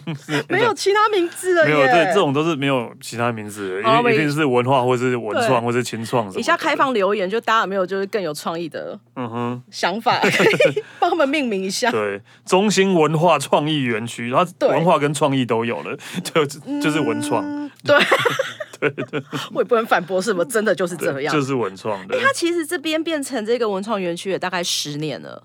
Speaker 2: 没有其他名字了
Speaker 1: 没有
Speaker 2: 耶。
Speaker 1: 对，这种都是没有其他名字
Speaker 2: 好
Speaker 1: 的，一
Speaker 2: 我
Speaker 1: 定
Speaker 2: 们
Speaker 1: 一定是文化或是文创或是清创什么的。
Speaker 2: 以下开放留言，就大家有没有就是更有创意的
Speaker 1: 嗯哼，
Speaker 2: 想 法， 可以帮他们命名一下。
Speaker 1: 对，中心文化创意园区，它
Speaker 2: 对
Speaker 1: 文化跟创意都有了，就就是文创。
Speaker 2: 嗯对对对，我也不能反驳什么，真的就是这样哎
Speaker 1: 就。是文创的
Speaker 2: 它其实这边变成这个文创园区也大概十年了，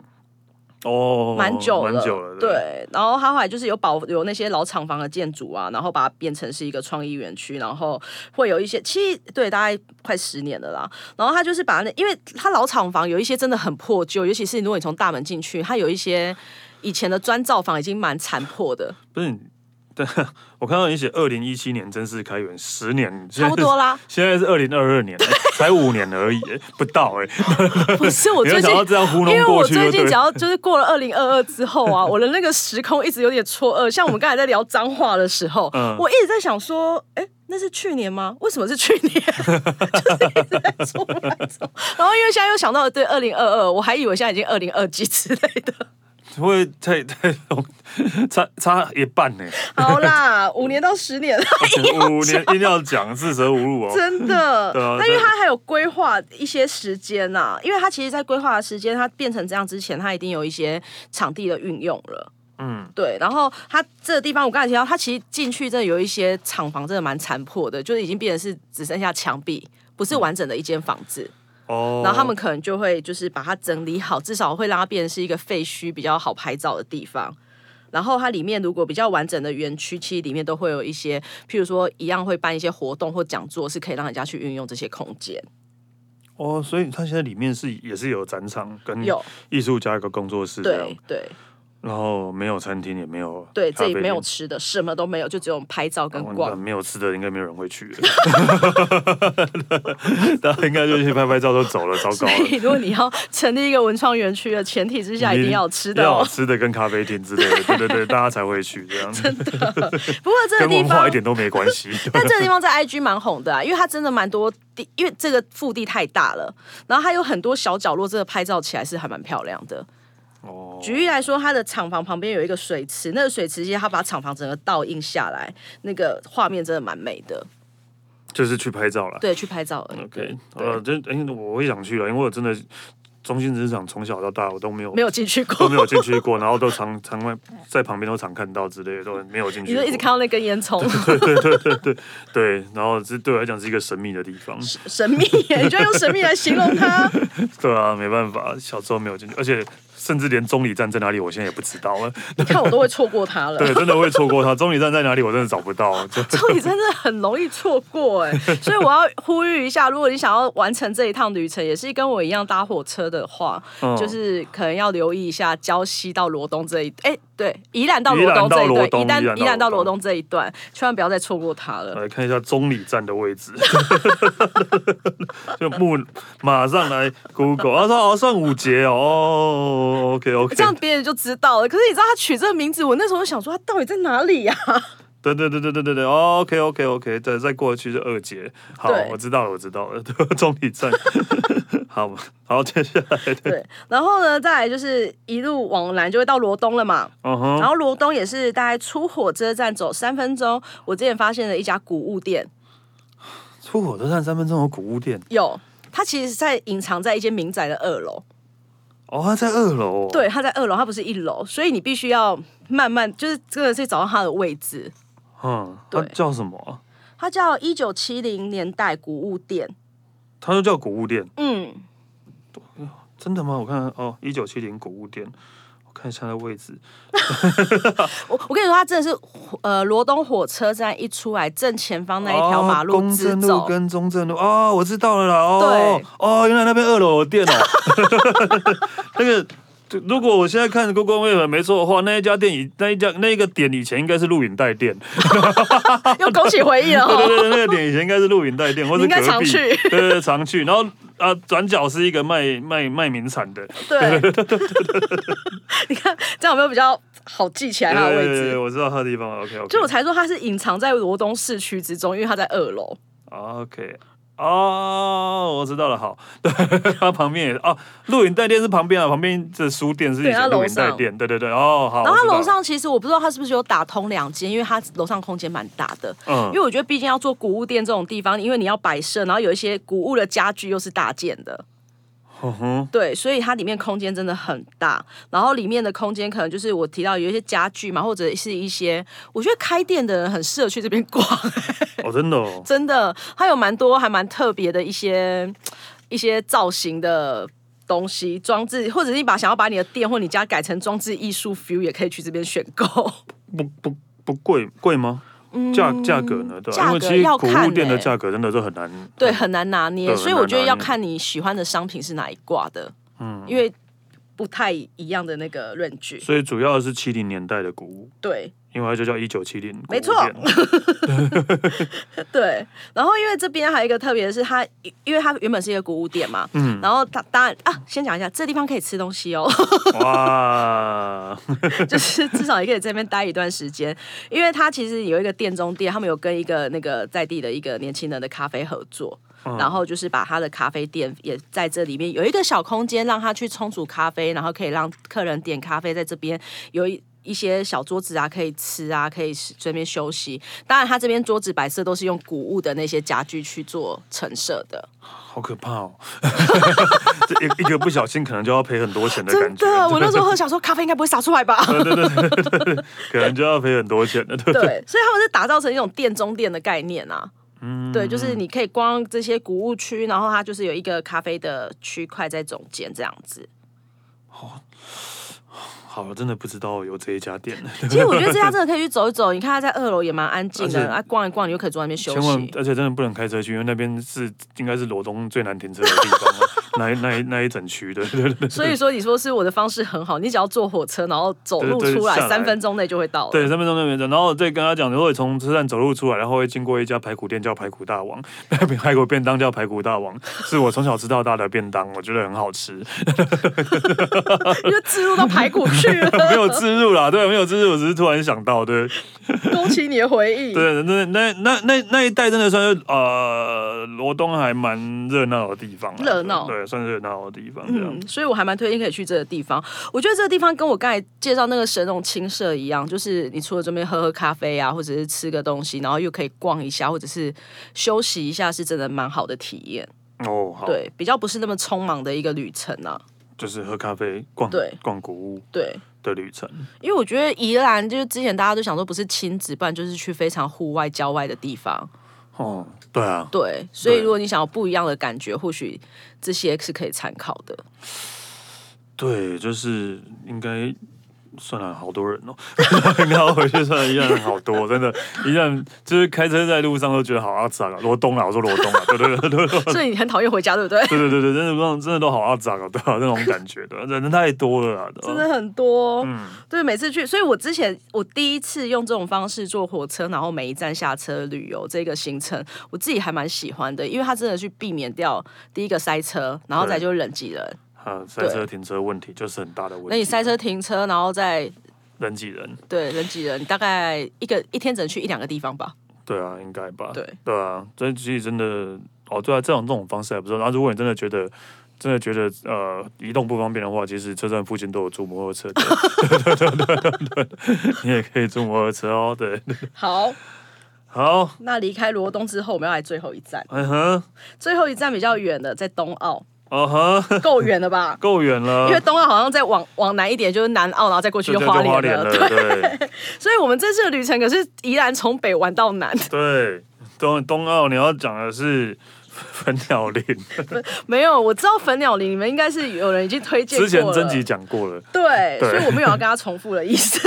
Speaker 1: 哦，
Speaker 2: 蛮久了，
Speaker 1: 蛮久了，对，
Speaker 2: 对。然后它后来就是有保留那些老厂房的建筑啊，然后把它变成是一个创意园区，然后会有一些，其实对，大概快十年了啦。然后它就是把那，因为它老厂房有一些真的很破旧，尤其是如果你从大门进去，它有一些以前的砖造房已经蛮残破的，
Speaker 1: 不是你。但我看到你写二零一七年正式开园，十年，现在。
Speaker 2: 差不多啦
Speaker 1: 现在是二零二二年， 才五年而已，不到哎、
Speaker 2: 不是 我
Speaker 1: 你要
Speaker 2: 最 近
Speaker 1: 想要这样糊
Speaker 2: 因
Speaker 1: 弄
Speaker 2: 为
Speaker 1: 过
Speaker 2: 我
Speaker 1: 去就
Speaker 2: 最
Speaker 1: 对
Speaker 2: 近只
Speaker 1: 了，
Speaker 2: 要就是过了二零二二之 后啊，我的那个时空一直有点错愕。像我们刚才在聊脏话的时候，
Speaker 1: 嗯
Speaker 2: 我一直在想说，哎、那是去年吗？为什么是去年？ 就是一直在错乱中。然后因为现在又想到了对二零二二，我还以为现在已经二零二几之类 的。
Speaker 1: 会太太 差差一半 呢、
Speaker 2: 好啦，五年到十年了，
Speaker 1: 五年一定要讲四舍五入哦。
Speaker 2: 真的。
Speaker 1: 对啊
Speaker 2: 但因
Speaker 1: 对
Speaker 2: 为它还有规划一些时间呐、因为它其实在规划的时间，它变成这样之前，它一定有一些场地的运用了。
Speaker 1: 嗯，
Speaker 2: 对，然后它这个地方我刚才提到，它其实进去真的有一些厂房真的蛮残破的，就是已经变成是只剩下墙壁，不是完整的一间房子。
Speaker 1: 嗯哦，
Speaker 2: 然后他们可能就会就是把它整理好，至少会让它变成是一个废墟比较好拍照的地方。然后它里面如果比较完整的园区，其实里面都会有一些，譬如说一样会办一些活动或讲座，是可以让人家去运用这些空间。
Speaker 1: 哦，所以它现在里面是也是有展场跟
Speaker 2: 有，
Speaker 1: 艺术家一个工作室这样
Speaker 2: 对，对
Speaker 1: 然后没有餐厅也没有
Speaker 2: 对，
Speaker 1: 啊咖
Speaker 2: 这
Speaker 1: 啡
Speaker 2: 里
Speaker 1: 厅，
Speaker 2: 没有吃的，什么都没有，就只有拍照跟
Speaker 1: 哦
Speaker 2: 逛
Speaker 1: 那。没有吃的，应该没有人会去的。 大家应该就去拍拍照就走了，糟糕
Speaker 2: 所
Speaker 1: 了。
Speaker 2: 以，如果你要成立一个文创园区的前提之下，一定要有吃的
Speaker 1: 要有
Speaker 2: 哦。
Speaker 1: 吃的跟咖啡厅之类的，对对对，大家才会去这样子，
Speaker 2: 不过这个
Speaker 1: 跟
Speaker 2: 地
Speaker 1: 文化
Speaker 2: 方
Speaker 1: 一，点都没关 系。
Speaker 2: 但这个地方在 IG 蛮红的啊，因为它真的蛮多地，因为这个腹地太大了，然后它有很多小角落，真的拍照起来是还蛮漂亮的。
Speaker 1: 哦，
Speaker 2: 举例来说，它的厂房旁边有一个水池，那个水池其实它把厂房整个倒映下来，那个画面真的蛮美的。
Speaker 1: 就是去拍照了。
Speaker 2: 对，去拍照而已。
Speaker 1: OK，
Speaker 2: 对
Speaker 1: 呃，真哎，我会想去了，因为我真的中心职场从小到大我都没有
Speaker 2: 没有进去过
Speaker 1: 都没，有进去过，然后都常常会在旁边都常看到之类的，都没有进去
Speaker 2: 你
Speaker 1: 过。
Speaker 2: 就一直看到那根烟囱，
Speaker 1: 对，然后这对我来讲是一个神秘的地方。
Speaker 2: 神秘耶，你就用神秘来形容 它。
Speaker 1: 对啊，没办法，小时候没有进去，而且甚至连中里站在哪里，我现在也不知道了。
Speaker 2: 你看我都会错过它了。
Speaker 1: 对，真的会错过它。中里站在哪里，我真的找不到。 就
Speaker 2: 这里真的很容易错过 哎、所以我要呼吁一下，如果你想要完成这一趟旅程，也是跟我一样搭火车的话，
Speaker 1: 嗯
Speaker 2: 就是可能要留意一下礁溪到罗东这一，哎、对，宜兰到
Speaker 1: 宜
Speaker 2: 罗
Speaker 1: 兰
Speaker 2: 东这
Speaker 1: 到罗
Speaker 2: 一
Speaker 1: 东
Speaker 2: 段，宜
Speaker 1: 宜兰
Speaker 2: 兰
Speaker 1: 到
Speaker 2: 宜兰到
Speaker 1: 罗
Speaker 2: 罗
Speaker 1: 东
Speaker 2: 东这一段，千万不要再错过它了。
Speaker 1: 来呃看一下中里站的位置， 就木马上来 Google，他说哦算五节哦哦，OK OK，
Speaker 2: 这样别人就知道了。可是你知道他取这个名字，我那时候想说他到底在哪里 呀、
Speaker 1: 对对对对对对对，OK OK OK，再再过去是二节，好，
Speaker 2: 对
Speaker 1: 我知道了我知道了， 中里站，好好接下来，
Speaker 2: 对，然后呢，再来就是一路往南就会到罗东了嘛。
Speaker 1: 嗯哼，
Speaker 2: 然后罗东也是大概出火车站走三分钟，我之前发现了一家古物店，
Speaker 1: 出火车站三分钟有古物店，
Speaker 2: 有，它其实在隐藏在一间民宅的二楼。
Speaker 1: 哦，它在二楼、哦，
Speaker 2: 对，它在二楼，它不是一楼，所以你必须要慢慢，就是真的是找到它的位置。
Speaker 1: 嗯，它
Speaker 2: 对
Speaker 1: 叫什么啊、
Speaker 2: 它叫一九七零年代古物店。
Speaker 1: 它就叫古物店，
Speaker 2: 嗯，
Speaker 1: 真的吗？我看看哦，一九七零古物店，我看一下它的位置，
Speaker 2: 我我跟你说，它真的是呃罗东火车站一出来正前方那一条马
Speaker 1: 哦
Speaker 2: 路
Speaker 1: 公
Speaker 2: 直
Speaker 1: 正路
Speaker 2: 走。
Speaker 1: 跟中正路哦， 我知道了啦，哦，哦，原来那边二楼有店哦，那个如果我现在看 Google Map 没错的话，那一家店以那一家那一个点以前应该是录影带店，
Speaker 2: 又勾起回忆了
Speaker 1: 对
Speaker 2: 哈。
Speaker 1: 对对，那个点以前应该是录影带店，或是
Speaker 2: 你哦 应
Speaker 1: 隔
Speaker 2: 该
Speaker 1: 壁，
Speaker 2: 常去
Speaker 1: 对对对，常去。然后啊，转角是一个卖卖卖名产的，
Speaker 2: 对，你看这样有没有比较好记起来它的
Speaker 1: 对
Speaker 2: 位
Speaker 1: 对对
Speaker 2: 置？
Speaker 1: 我知道他的地方，OK OK，
Speaker 2: 就我才说它是隐藏在罗东市区之中，因为它在二楼。
Speaker 1: OK。哦，我知道了，好， 对，它旁边也哦，录影带店是旁边啊，旁边这书店是以
Speaker 2: 对它
Speaker 1: 前录
Speaker 2: 楼
Speaker 1: 影带
Speaker 2: 上
Speaker 1: 店，对对对，哦，好，
Speaker 2: 然后
Speaker 1: 我
Speaker 2: 它
Speaker 1: 知道
Speaker 2: 楼
Speaker 1: 了，
Speaker 2: 上其实我不知道它是不是有打通两间，因为它楼上空间蛮大的。因
Speaker 1: 嗯
Speaker 2: 为，我觉得，毕竟要做古物店这种地方，因为你要摆设，然后有一些古物的家具又是大件的，
Speaker 1: 嗯哼，
Speaker 2: 对，所以它里面空间真的很大。然后里面的空间可能就是我提到有一些家具嘛，或者是一些，我觉得开店的人很适合去这边逛，
Speaker 1: 哦，真的哦，
Speaker 2: 真的，它有蛮多还蛮特别的一些一些造型的。东西装置，或者是你把想要把你的店或你家改成装置艺术 feel，也可以去这边选购。
Speaker 1: 不不不贵贵吗？价价格呢？对吧、啊
Speaker 2: 嗯价
Speaker 1: 因为
Speaker 2: 格
Speaker 1: 其实
Speaker 2: 要
Speaker 1: 古
Speaker 2: 看
Speaker 1: 物店的
Speaker 2: 欸
Speaker 1: 价格真的是很难。
Speaker 2: 对，很难拿捏，
Speaker 1: 嗯对
Speaker 2: 所以
Speaker 1: 很难
Speaker 2: 我觉得
Speaker 1: 拿
Speaker 2: 要
Speaker 1: 捏
Speaker 2: 看你喜欢的商品是哪一挂的，
Speaker 1: 嗯，
Speaker 2: 因为不太一样的那个论据。
Speaker 1: 所以主要是七零年代的古物，
Speaker 2: 对
Speaker 1: 因为它就叫一九七零。
Speaker 2: 没错对，然后因为这边还有一个特别的是它，因为它原本是一个古物店嘛，
Speaker 1: 嗯
Speaker 2: 然后它当然啊，先讲一下这地方可以吃东西哦，
Speaker 1: 哇，
Speaker 2: 就是至少也可以在那边待一段时间，因为它其实有一个店中店，他们有跟一个那个在地的一个年轻人的咖啡合作。
Speaker 1: 嗯
Speaker 2: 然后就是把他的咖啡店也在这里面有一个小空间，让他去冲煮咖啡，然后可以让客人点咖啡，在这边有一一些小桌子啊，可以吃啊，可以这边休息。当然，他这边桌子摆设都是用古物的那些家具去做陈设的，
Speaker 1: 好可怕哦！ 这一一个不小心可能就要赔很多钱的
Speaker 2: 真
Speaker 1: 感觉，
Speaker 2: 的。我那时 候喝想说，咖啡应该不会洒出来吧？
Speaker 1: 可能就要赔很多钱了，对不对？
Speaker 2: 对，所以他们是打造成一种店中店的概念啊。嗯，对，就是你可以逛这些古物区，然后它就是有一个咖啡的区块在中间这样子。
Speaker 1: 好了，真的不知道有这一家 店，
Speaker 2: 其实我觉得这家真的可以去走一走，你看它在二楼也蛮安静
Speaker 1: 而且
Speaker 2: 的，啊，逛一逛，你就可以坐在那边休
Speaker 1: 千万
Speaker 2: 息，。
Speaker 1: 而且真的不能开车去，因为那边是应该是罗东最难停车的地方了， 那一那一那一整区的， 对对对。
Speaker 2: 所以说，你说是我的方式很好，你只要坐火车，然后走路
Speaker 1: 对对
Speaker 2: 出来
Speaker 1: 下来，
Speaker 2: 三分钟内就会到了。
Speaker 1: 对，三分钟那边的，然后再跟他讲，如果你从车站走路出来，然后会经过一家排骨店叫排骨大王， 那边排骨便当叫排骨大王，是我从小吃到大的便当，我觉得很好吃，
Speaker 2: 因为自入到排骨去
Speaker 1: 没
Speaker 2: 了，
Speaker 1: 有自入啦，对，没有自入，我只是突然想到，对，
Speaker 2: 勾起你的回忆。
Speaker 1: 对，那那那那那一带真的算是呃罗东还蛮热闹的地方啦，啊
Speaker 2: 热闹
Speaker 1: 对，算是热闹的地方这样
Speaker 2: 嗯，，所以我还蛮推荐可以去这个地方。我觉得这个地方跟我刚才介绍那个神农青社一样，就是你除了这边喝喝咖啡啊，或者是吃个东西，然后又可以逛一下，或者是休息一下，是真的蛮好的体验。
Speaker 1: 哦，好，
Speaker 2: 对，比较不是那么匆忙的一个旅程啊。
Speaker 1: 就是喝咖啡、逛
Speaker 2: 对
Speaker 1: 逛古物
Speaker 2: 对，
Speaker 1: 的旅程，
Speaker 2: 因为我觉得宜兰就是之前大家都想说不是亲子，不然就是去非常户外郊外的地方。
Speaker 1: 哦，对啊，
Speaker 2: 对，所以
Speaker 1: 对
Speaker 2: 如果你想要不一样的感觉，或许这些是可以参考的。
Speaker 1: 对，就是应该算了，好多人哦， 应该要回去算了，一样好多，真的，一样就是开车在路上都觉得好阿脏啊，罗东啊，我说罗东啊，对对对对对
Speaker 2: 所以你很讨厌回家，对不对？
Speaker 1: 对对对对，真的不真的都好阿脏啊，对啊，那种感觉的，人太多了啊，
Speaker 2: 真
Speaker 1: 对啊
Speaker 2: 的很多，哦对，每次去，所以我之前我第一次用这种方式坐火车，然后每一站下车旅游这个行程，我自己还蛮喜欢的，因为它真的去避免掉第一个塞车，然后再就是人挤人。
Speaker 1: 啊，塞车停车问题就是很大的问题，
Speaker 2: 那你塞车停车，然后再
Speaker 1: 人挤人，
Speaker 2: 对人挤人，大概一个一天只能去一两个地方吧。
Speaker 1: 对啊，应该吧，
Speaker 2: 对
Speaker 1: 对啊，所以其实真的哦，对啊，这种这种方式还不错。然后如果你真的觉得真的觉得呃移动不方便的话，其实车站附近都有租摩托车店，对对对对对，你也可以租摩托车哦。对，
Speaker 2: 好，
Speaker 1: 好，
Speaker 2: 那离开罗东之后，我们要来最后一站，
Speaker 1: 嗯哼，
Speaker 2: 最后一站比较远的，在东澳，
Speaker 1: 哦哼，？
Speaker 2: 够远了吧
Speaker 1: 够远了，
Speaker 2: 因为东澳好像再往往南一点就是南澳，然后再过去
Speaker 1: 就
Speaker 2: 就
Speaker 1: 叫
Speaker 2: 花
Speaker 1: 就
Speaker 2: 莲了。
Speaker 1: 了，
Speaker 2: 呃 对，
Speaker 1: 对
Speaker 2: 所以我们这次的旅程可是宜兰从北玩到南，
Speaker 1: 对。东东澳你要讲的是粉鸟林，
Speaker 2: 没有，我知道粉鸟林，你们应该是有人已经推荐过
Speaker 1: 之
Speaker 2: 了。
Speaker 1: 前甄集讲过了
Speaker 2: 对，
Speaker 1: 对
Speaker 2: 所以我没有要跟他重复的 意思。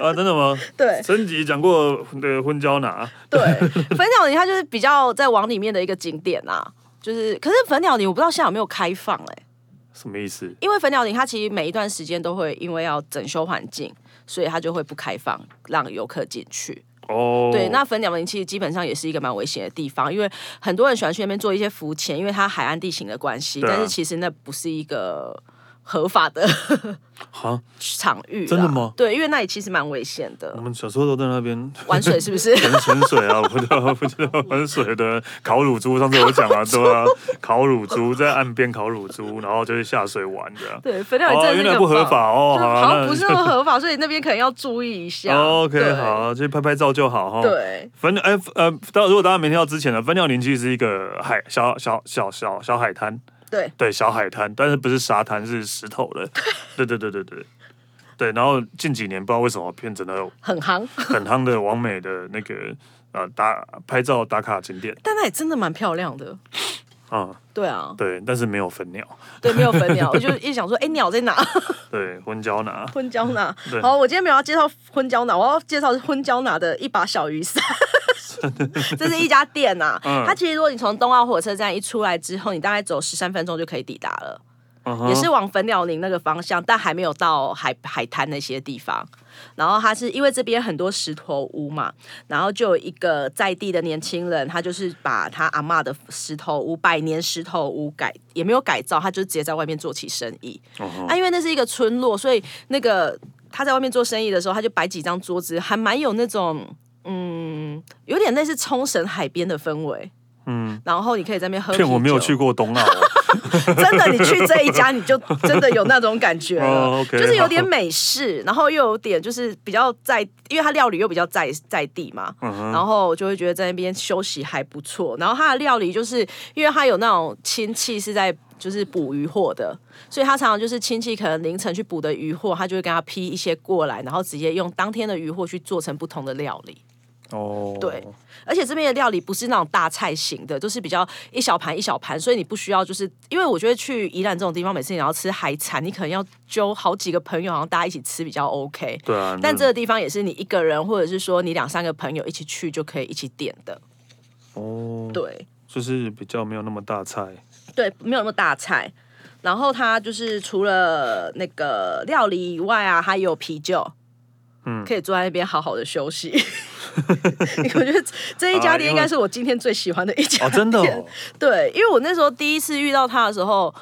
Speaker 1: 啊，真的吗？
Speaker 2: 对
Speaker 1: 甄集讲过的昏胶拿，
Speaker 2: 对，粉鸟林它就是比较在往里面的一个景点啊，就是可是粉鸟林我不知道现在有没有开放哎、
Speaker 1: 什么意思？
Speaker 2: 因为粉鸟林它其实每一段时间都会因为要整修环境，所以它就会不开放让游客进去。
Speaker 1: 哦，
Speaker 2: 对，那粉鸟林其实基本上也是一个蛮危险的地方，因为很多人喜欢去那边做一些浮潜，因为它海岸地形的关系，
Speaker 1: 对啊
Speaker 2: 但是其实那不是一个合法的
Speaker 1: 好，
Speaker 2: 场域啦。
Speaker 1: 真的吗
Speaker 2: 对，因为那里其实蛮危险
Speaker 1: 我
Speaker 2: 的，
Speaker 1: 们小时候都在那边
Speaker 2: 玩水是不 是？
Speaker 1: 潜潜水啊，我不知道，不知道玩水的烤乳猪，上次有讲啊，对 啊，烤乳猪在岸边烤乳猪，然后就是下水玩的。
Speaker 2: 对，粉鸟林
Speaker 1: 哦，
Speaker 2: 真的
Speaker 1: 原
Speaker 2: 是一
Speaker 1: 来
Speaker 2: 个
Speaker 1: 不合
Speaker 2: 棒
Speaker 1: 法哦，
Speaker 2: 就是
Speaker 1: 啊
Speaker 2: 好像不
Speaker 1: 那
Speaker 2: 是那么合法，所以那边可能要注意一下。
Speaker 1: 哦 OK，
Speaker 2: 对
Speaker 1: 好啊，去拍拍照就好哈。。
Speaker 2: 对，
Speaker 1: 粉哎呃，到如果大家没听到之前呢，分鸟林其实是一个海小小小小小海滩，
Speaker 2: 对，
Speaker 1: 对小海滩，但是不是沙滩，是石头 的。对对对对对对。然后近几年不知道为什么变成了
Speaker 2: 很夯，
Speaker 1: 很夯的完美的那个呃打拍照打卡景点
Speaker 2: 但那里真的蛮漂亮的。
Speaker 1: 啊、
Speaker 2: 对啊，
Speaker 1: 对，但是没有粉鸟，
Speaker 2: 对，没有粉鸟，我就一直想说，哎、鸟在哪？
Speaker 1: 对混胶 囊，
Speaker 2: 昏胶拿
Speaker 1: 对。
Speaker 2: 好，我今天没有要介绍昏胶拿，我要介绍是昏胶拿的一把小 雨伞。这是一家店呐、
Speaker 1: 嗯
Speaker 2: 它其实如果你从东澳火车站一出来之后，你大概走十三分钟就可以抵达了，
Speaker 1: 嗯哼
Speaker 2: 也是往粉鸟林那个方向，但还没有到海海滩那些地方。然后它是因为这边很多石头屋嘛，然后就有一个在地的年轻人，他就是把他阿嬷的石头屋百年石头屋改也没有改造，他就直接在外面做起生意。
Speaker 1: 嗯哼
Speaker 2: 啊，因为那是一个村落，所以那个他在外面做生意的时候，他就摆几张桌子，还蛮有那种嗯，有点类似冲绳海边的氛围。
Speaker 1: 嗯，
Speaker 2: 然后你可以在那边喝啤酒。
Speaker 1: 骗我没有去，过东澳 哦，
Speaker 2: 真的，你去这一家你就真的有那种感觉
Speaker 1: 哦
Speaker 2: 了，
Speaker 1: ，OK，
Speaker 2: 就是有点
Speaker 1: 好
Speaker 2: 美式，然后又有点就是比较在，因为它料理又比较在在地嘛，
Speaker 1: 嗯哼
Speaker 2: 然后就会觉得在那边休息还不错。然后他的料理就是因为他有那种亲戚是在就是捕鱼货的，所以他常常就是亲戚可能凌晨去捕的鱼货，他就会跟他批一些过来，然后直接用当天的鱼货去做成不同的料理。
Speaker 1: 哦，
Speaker 2: 对而且这边的料理不是那种大菜型的，就是比较一小盘一小盘，所以你不需要就是因为我觉得去宜兰这种地方，每次你要吃海产，你可能要揪好几个朋友，好像大家一起吃比较 OK。
Speaker 1: 对啊，
Speaker 2: 但
Speaker 1: 那
Speaker 2: 这个地方也是你一个人，或者是说你两三个朋友一起去就可以一起点的，
Speaker 1: 哦，
Speaker 2: 对。
Speaker 1: 就是比较没有那么大菜，
Speaker 2: 对，没有那么大菜。然后它就是除了那个料理以外啊，还有啤酒，
Speaker 1: 嗯
Speaker 2: 可以坐在那边好好的休息。我觉得这一
Speaker 1: 啊因
Speaker 2: 家
Speaker 1: 为
Speaker 2: 店应该是我今天最喜欢的一家
Speaker 1: 哦，真的
Speaker 2: 店
Speaker 1: 哦，
Speaker 2: 对，因为我那时候第一次遇到他的时候，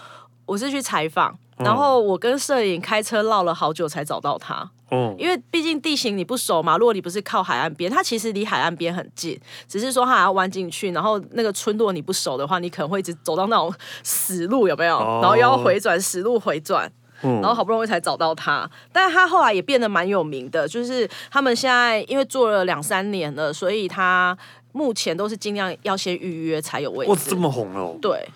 Speaker 2: 我是去采访。
Speaker 1: 嗯
Speaker 2: 然后我跟摄影开车绕了好久才找到他，
Speaker 1: 哦，
Speaker 2: 因为毕竟地形你不熟嘛。如果你不是靠海岸边，它其实离海岸边很近，只是说它还要弯进去。然后那个村落你不熟的话，你可能会一直走到那种 死路，有没有？
Speaker 1: 哦
Speaker 2: 然后又要回转死路回转，
Speaker 1: 嗯
Speaker 2: 然后好不容易才找到他。但是他后来也变得蛮有名的，就是他们现在因为做了两三年了，所以他目前都是尽量要先预约才有位
Speaker 1: 哇，
Speaker 2: 置
Speaker 1: 这。么红哦，
Speaker 2: 对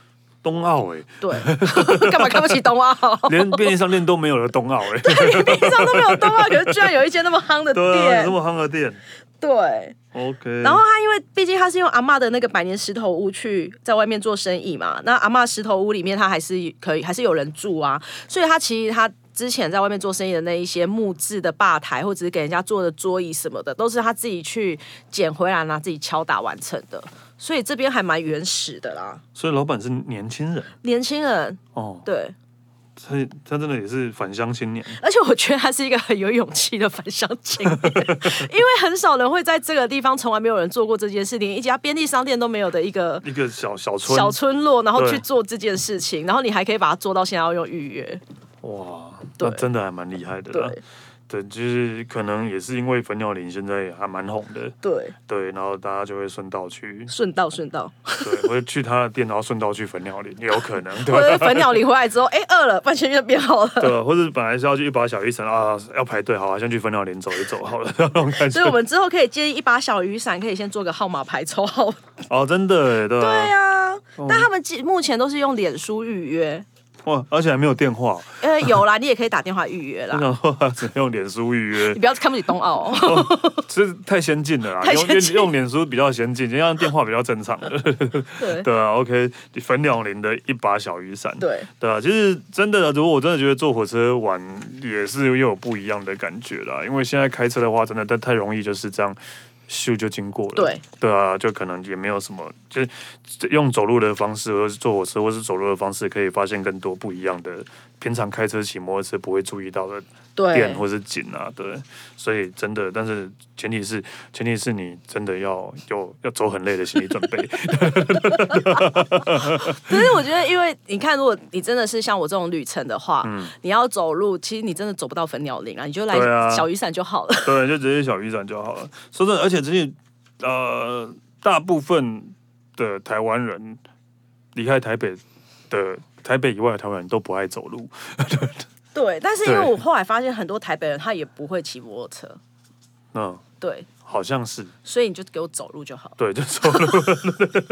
Speaker 1: 冬奥哎，
Speaker 2: 对， 干嘛看不起 冬奥？
Speaker 1: 连便利商店都没有了冬奥哎，
Speaker 2: 平常都没有冬奥，可是居然有一间那么夯的
Speaker 1: 对啊，
Speaker 2: 店
Speaker 1: 这。么夯的店
Speaker 2: 对，
Speaker 1: ，OK，
Speaker 2: 然后他因为毕竟他是用阿嬷的那个百年石头屋去在外面做生意嘛，那阿嬷石头屋里面他还是可以还是有人住啊，所以他其实他。之前在外面做生意的那一些木质的吧台，或者是给人家做的桌椅什么的，都是他自己去捡回来，拿自己敲打完成的。所以这边还蛮原始的啦，
Speaker 1: 所以老板是年轻人
Speaker 2: 年轻人
Speaker 1: 哦，
Speaker 2: 对，
Speaker 1: 他他真的也是返乡青年，
Speaker 2: 而且我觉得他是一个很有勇气的返乡青年，因为很少人会在这个地方，从来没有人做过这件事，连一家便利商店都没有的一个
Speaker 1: 一个小小村，
Speaker 2: 小村落，然后
Speaker 1: 对
Speaker 2: 去做这件事情，然后你还可以把它做到现在要用预约，
Speaker 1: 哇，
Speaker 2: 对
Speaker 1: 那真的还蛮厉害的
Speaker 2: 对、
Speaker 1: 啦，对，就是可能也是因为粉鸟林现在还蛮红的，
Speaker 2: 对，
Speaker 1: 对，然后大家就会顺道去，
Speaker 2: 顺道顺道，
Speaker 1: 对，我就去他的店，然后顺道去粉鸟林也有可能，对
Speaker 2: 或者是粉鸟领回来之后，哎、饿了，饭前面变 好了。
Speaker 1: 对，或者本来是要去一把小雨伞啊，要排队，好啊，先去粉鸟林走一走好了，那种感觉
Speaker 2: 所以，。我们之后可以建议一把小雨伞，可以先做个号码牌抽号。
Speaker 1: 哦，真的耶， 对
Speaker 2: 对
Speaker 1: 啊，
Speaker 2: 啊，但他们基目前都是用脸书预约，
Speaker 1: 哇，而且还没有电话，
Speaker 2: 因为有啦，你也可以打电话预约
Speaker 1: 我
Speaker 2: 啦。
Speaker 1: 想说只能用脸书预约
Speaker 2: 你，不要看不起冬奥、哦。
Speaker 1: 这太先进了啦，
Speaker 2: 太
Speaker 1: 用
Speaker 2: 先
Speaker 1: 用
Speaker 2: 进
Speaker 1: 用脸书比较先进，就像电话比较正常的，
Speaker 2: 对
Speaker 1: 对啊，OK，粉鸟林的一把小雨伞，
Speaker 2: 对，
Speaker 1: 对啊，其实真的，如果我真的觉得坐火车玩也是又有不一样的感觉啦，因为现在开车的话，真的但太容易就是这样咻就经过了。
Speaker 2: 对
Speaker 1: 对啊，就可能也没有什么，就是用走路的方式，或是坐火车，或是走路的方式，可以发现更多不一样的，平常开车、骑摩托车不会注意到的
Speaker 2: 对
Speaker 1: 店或是景啊，对。所以真的，但是前提是前提是你真的要有要走很累的心理准备。
Speaker 2: 可是我觉得，因为你看，如果你真的是像我这种旅程的话，你要走路，其实你真的走不到粉鸟林啊，你就来
Speaker 1: 嗯对啊
Speaker 2: 小雨伞就好了。
Speaker 1: 对，就直接小雨伞就好了。说真的，而且这些呃，大部分的台湾人离开台北的台北以外的台湾人都不爱走路。
Speaker 2: 对，但是因为
Speaker 1: 对
Speaker 2: 我后来发现，很多台北人他也不会骑摩托车，
Speaker 1: 嗯，
Speaker 2: 对，
Speaker 1: 好像是
Speaker 2: 所以你就给我走路就好。
Speaker 1: 对，就走路，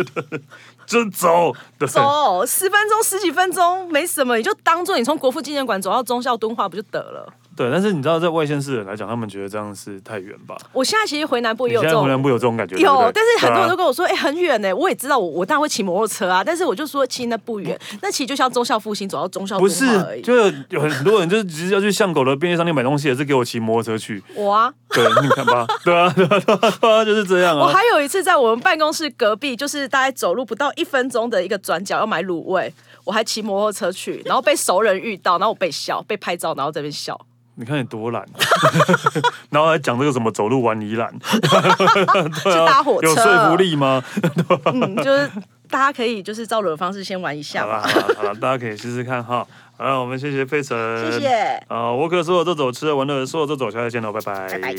Speaker 1: 就走，对
Speaker 2: 走十分钟、十几分钟没什么，你就当做你从国父纪念馆走到忠孝敦化不就得了？
Speaker 1: 对。但是你知道，在外县市人来讲，他们觉得这样是太远吧？
Speaker 2: 我现在其实回南部
Speaker 1: 你
Speaker 2: 也有
Speaker 1: 现在
Speaker 2: 这种
Speaker 1: 湖南不有这种感觉？对不
Speaker 2: 有
Speaker 1: 对，
Speaker 2: 但是很多人都
Speaker 1: 对啊
Speaker 2: 跟我说，哎、很远呢、我也知道我，我当然会骑摩托车啊，但是我就说，其实那不远，那其实就像忠孝复兴走到忠孝
Speaker 1: 不
Speaker 2: 敦化而
Speaker 1: 是，
Speaker 2: 已。
Speaker 1: 就有有很多人就是直接要去巷口的便利商店买东西，也是给我骑摩托车去。
Speaker 2: 我啊，
Speaker 1: 对，你看吧，对啊，对啊，对啊对啊，就是这样啊。
Speaker 2: 我还有一次在我们办公室隔壁，就是大概走路不到一分钟的一个转角要买卤味，我还骑摩托车去，然后被熟人遇到，然后我被笑，被拍照，然后在那 边笑。
Speaker 1: 你看你多懒， 然后还讲这个什么走路玩宜兰，
Speaker 2: 去搭火车，
Speaker 1: 有说服力吗？
Speaker 2: 嗯，就是大家可以就是照我的方式先玩一下
Speaker 1: 好啦
Speaker 2: 嘛。
Speaker 1: 好啦好啦，大家可以试试看哈。好了，我们谢谢费城，
Speaker 2: 谢谢
Speaker 1: 啊、我可说走走，吃的玩的，说走走，下次见喽，拜
Speaker 2: 拜拜